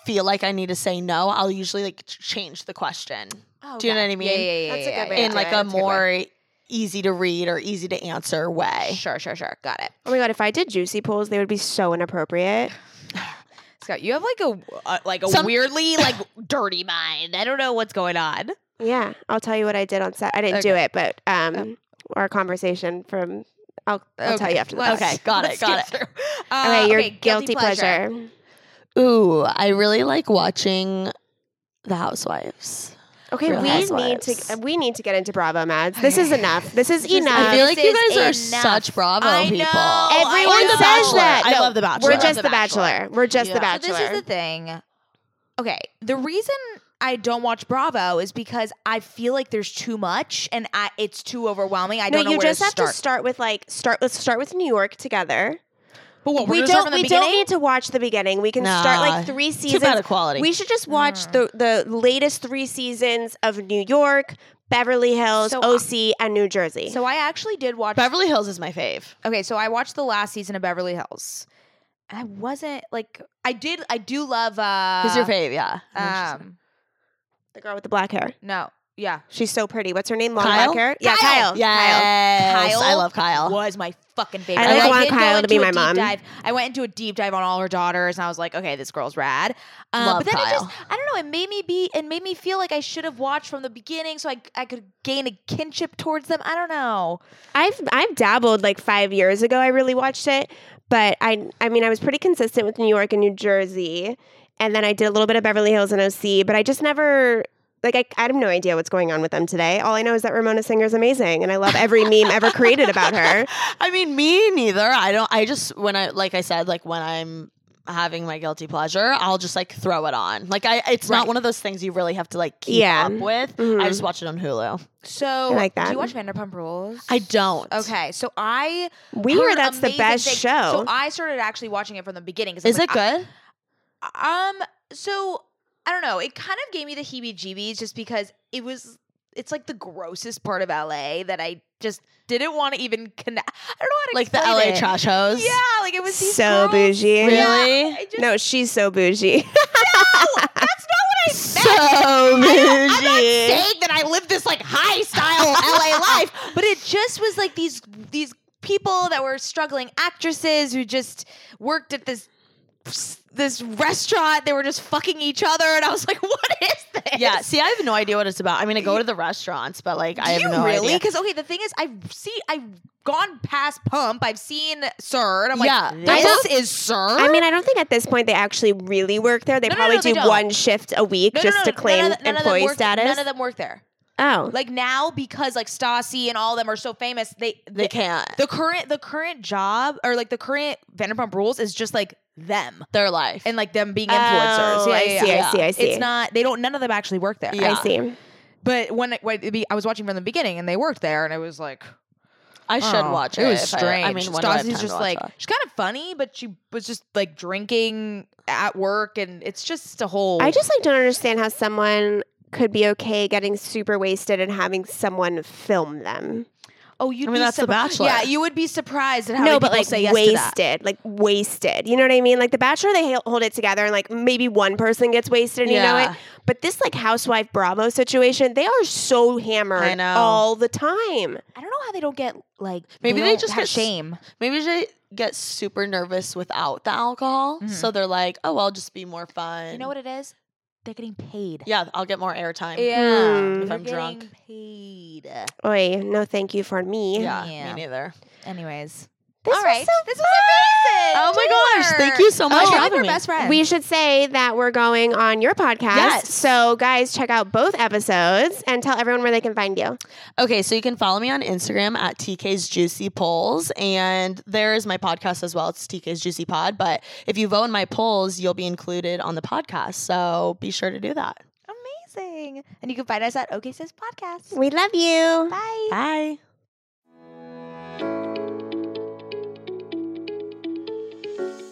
D: feel like I need to say no, I'll usually like ch- change the question Do you know what I mean?
B: Oh, Yeah, yeah, yeah.
A: That's a
B: yeah,
A: good way
B: yeah,
D: in
A: to
B: yeah.
A: do
D: like
A: it.
D: a
A: That's a good
D: more easy to read or easy to answer way.
B: Sure, sure, sure. Got it.
A: Oh my god, if I did juicy pulls, they would be so inappropriate.
B: Scott, you have like a uh, like a
D: Some- <laughs>
B: weirdly <laughs> like dirty mind. I don't know what's going on.
A: Yeah, I'll tell you what I did on set. I didn't do
B: Okay.
A: it, but um, our conversation from I'll, I'll tell you after the
B: Let's-
A: podcast.
D: Okay, got it,
B: let's
D: got
B: get through.
A: Okay,
B: Uh,
A: your
B: okay,
A: guilty, pleasure.
D: Ooh, I really like watching The Housewives.
A: Okay,
D: Real
A: we need
D: Housewives.
A: to we need to get into Bravo Mads. This is
B: Okay.
A: enough. This is
B: This is-
A: enough.
D: I feel like you
B: this
D: guys are
B: is enough.
D: such Bravo
B: I
D: people.
B: know, I
A: Everyone
B: know.
A: says
D: Bachelor.
A: that.
D: I
A: No,
D: love The Bachelor.
A: We're
B: Love
A: just
B: The
A: the Bachelor. We're just
D: Yeah.
A: the
B: So
A: Bachelor.
B: this is the thing. Okay, the reason I don't watch Bravo is because I feel like there's too much and I, it's too overwhelming. I
A: no,
B: don't know
A: you
B: where
A: just
B: to
A: have
B: start.
A: to start with like start. Let's start with New York together.
B: But what
A: we
B: we're gonna start
A: don't.
B: from
A: We
B: the
A: don't
B: beginning?
A: need to watch the beginning. We can start
D: Nah,
A: like three
D: Too bad
A: seasons.
D: of quality.
A: We should just watch
B: Hmm.
A: the the latest three seasons of New York, Beverly Hills,
B: So, uh,
A: OC, and New Jersey.
B: So I actually did watch.
D: Beverly Hills is my fave.
B: okay, so I watched the last season of Beverly Hills, and I wasn't like I did. I do love. uh
D: Who's your fave? Yeah.
B: Um,
A: the girl with the black hair.
B: no, yeah,
A: She's so pretty. What's her name? Long
D: Kyle?
A: black hair. Yeah,
B: Kyle.
A: Kyle.
D: Yes,
B: Kyle
D: I love Kyle.
B: was my fucking favorite.
A: I always
B: like,
A: want
B: did go
A: Kyle to be
B: into a
A: my
B: deep
A: mom.
B: Dive. I went into a deep dive on all her daughters, and I was like, okay, this girl's rad. Um,
D: Love
B: but then it
D: Kyle.
B: just, I don't know, it made me be, it made me feel like I should have watched from the beginning, so I, I could gain a kinship towards them. I don't know.
A: I've I've dabbled like five years ago. I really watched it, but I I mean I was pretty consistent with New York and New Jersey, and then I did a little bit of Beverly Hills and OC. But I just never like I, I have no idea what's going on with them today. All I know is that Ramona Singer is amazing, and I love every meme ever created
B: <laughs>
A: about her.
D: I mean, me neither. I don't. I just when I like I said, like when I'm having my guilty pleasure, I'll just like throw it on. Like I, it's
B: Right. Mm-hmm.
D: not one of those things you really have to like keep
A: Yeah.
D: up with.
A: Mhm.
D: I just watch it on Hulu.
B: So,
A: like
B: do
A: that.
B: you watch Vanderpump Rules?
D: I don't.
B: Okay, so I
A: Weird.
B: heard
A: That's the
B: amazing
A: best
B: things.
A: show.
B: So I started actually watching it from the beginning. 'cause I was
D: Is
B: like,
D: it good?
B: Um, so I don't know. It kind of gave me the heebie-jeebies just because it was. It's like the grossest part of LA that I just didn't want to even connect. I don't know how to
D: Like the
B: explain
D: LA
B: it.
D: trash hoes.
B: Yeah, like it was these
A: so
B: girls-
A: bougie.
D: Really?
B: Yeah, I just-
A: No, she's so bougie. <laughs>
B: that's not what I
D: So
B: meant.
D: <laughs>
B: I'm not
D: bougie.
B: saying that I live this like high style LA life, <laughs> but it just was like these these people that were struggling actresses who just worked at this this restaurant. They were just fucking each other, and I was like, <laughs> "What is this?"
D: Yeah. See, I have no idea what it's about. I mean, I go to the restaurants, but like I
B: Do
D: have
B: you
D: no
B: really?
D: idea.
B: Because okay, the thing is, I've seen, I've gone past Pump, I've seen Sir, and I'm
D: Yeah.
B: like,
D: They're
B: this is Sir.
A: I mean, I don't think at this point they actually really work there. They
B: No, no,
A: probably
B: no, they
A: do
B: don't.
A: one shift a week
B: No, no,
A: just
B: no,
A: to claim
B: none of, the- none of them
A: employee
B: work-
A: status.
B: None of them work there.
A: oh,
B: Like now, because like Stassi and all of them are so famous, they
D: they can't.
B: the current the current job or like the current Vanderpump Rules is just like them
D: Their life.
B: and like them being influencers.
A: Oh,
B: yeah,
A: I
B: yeah,
A: see,
B: yeah.
A: I see, I see.
B: It's not they don't none of them actually work there.
D: Yeah.
A: I see.
B: But when, it- when it be- I was watching from the beginning and they worked there and it was like
D: I should
B: Oh,
D: watch it.
B: It was
D: if I-
B: strange.
D: I, mean, when do I have time
B: Stassi's
D: to
B: just
D: watch
B: like
D: that?
B: she's kind of funny, but she was just like drinking at work, and it's just a whole.
A: I just like don't understand how someone could be okay getting super wasted and having someone film them.
B: oh, you'd
D: I mean,
B: be
D: that's The
B: surpri-
D: Bachelor.
B: Yeah, you would be surprised at how
A: no,
B: many
A: but
B: people
A: like
B: say yes to that.
A: wasted, like wasted. You know what I mean? Like The Bachelor, they h- hold it together, and like maybe one person gets wasted, and you know
D: Yeah.
A: it. But this like housewife Bravo situation, they are so
D: I
A: hammered
D: know.
A: all the time.
B: I don't know how they don't get like
D: Maybe they
B: don't
D: just
B: have
D: get s-
B: shame.
D: Maybe they get super nervous without the alcohol, so they're like, "Oh, I'll just be more fun."
B: Mm-hmm. You know what it is? They're getting paid.
D: Yeah, I'll get more airtime.
A: Mm.
B: They're
D: If I'm drunk.
B: getting Paid.
A: Oi, no, thank you for me.
D: Yeah,
B: Yeah.
D: me neither.
B: Anyways,
A: This
B: all
A: was
B: right,
A: so
B: this was amazing.
D: Oh my gosh, thank you so much for having
B: your
D: me.
B: Oh, best friend.
A: We should say that we're going on your podcast.
D: Yes.
A: So, guys, check out both episodes and tell everyone where they can find you.
D: Okay, so you can follow me on Instagram at TK's Juicy Polls, and there is my podcast as well. It's TK's Juicy Pod. But if you vote in my polls, you'll be included on the podcast. So be sure to do that.
B: amazing, and you can find us at OK Sis Podcast.
A: We love you.
B: Bye.
D: Bye.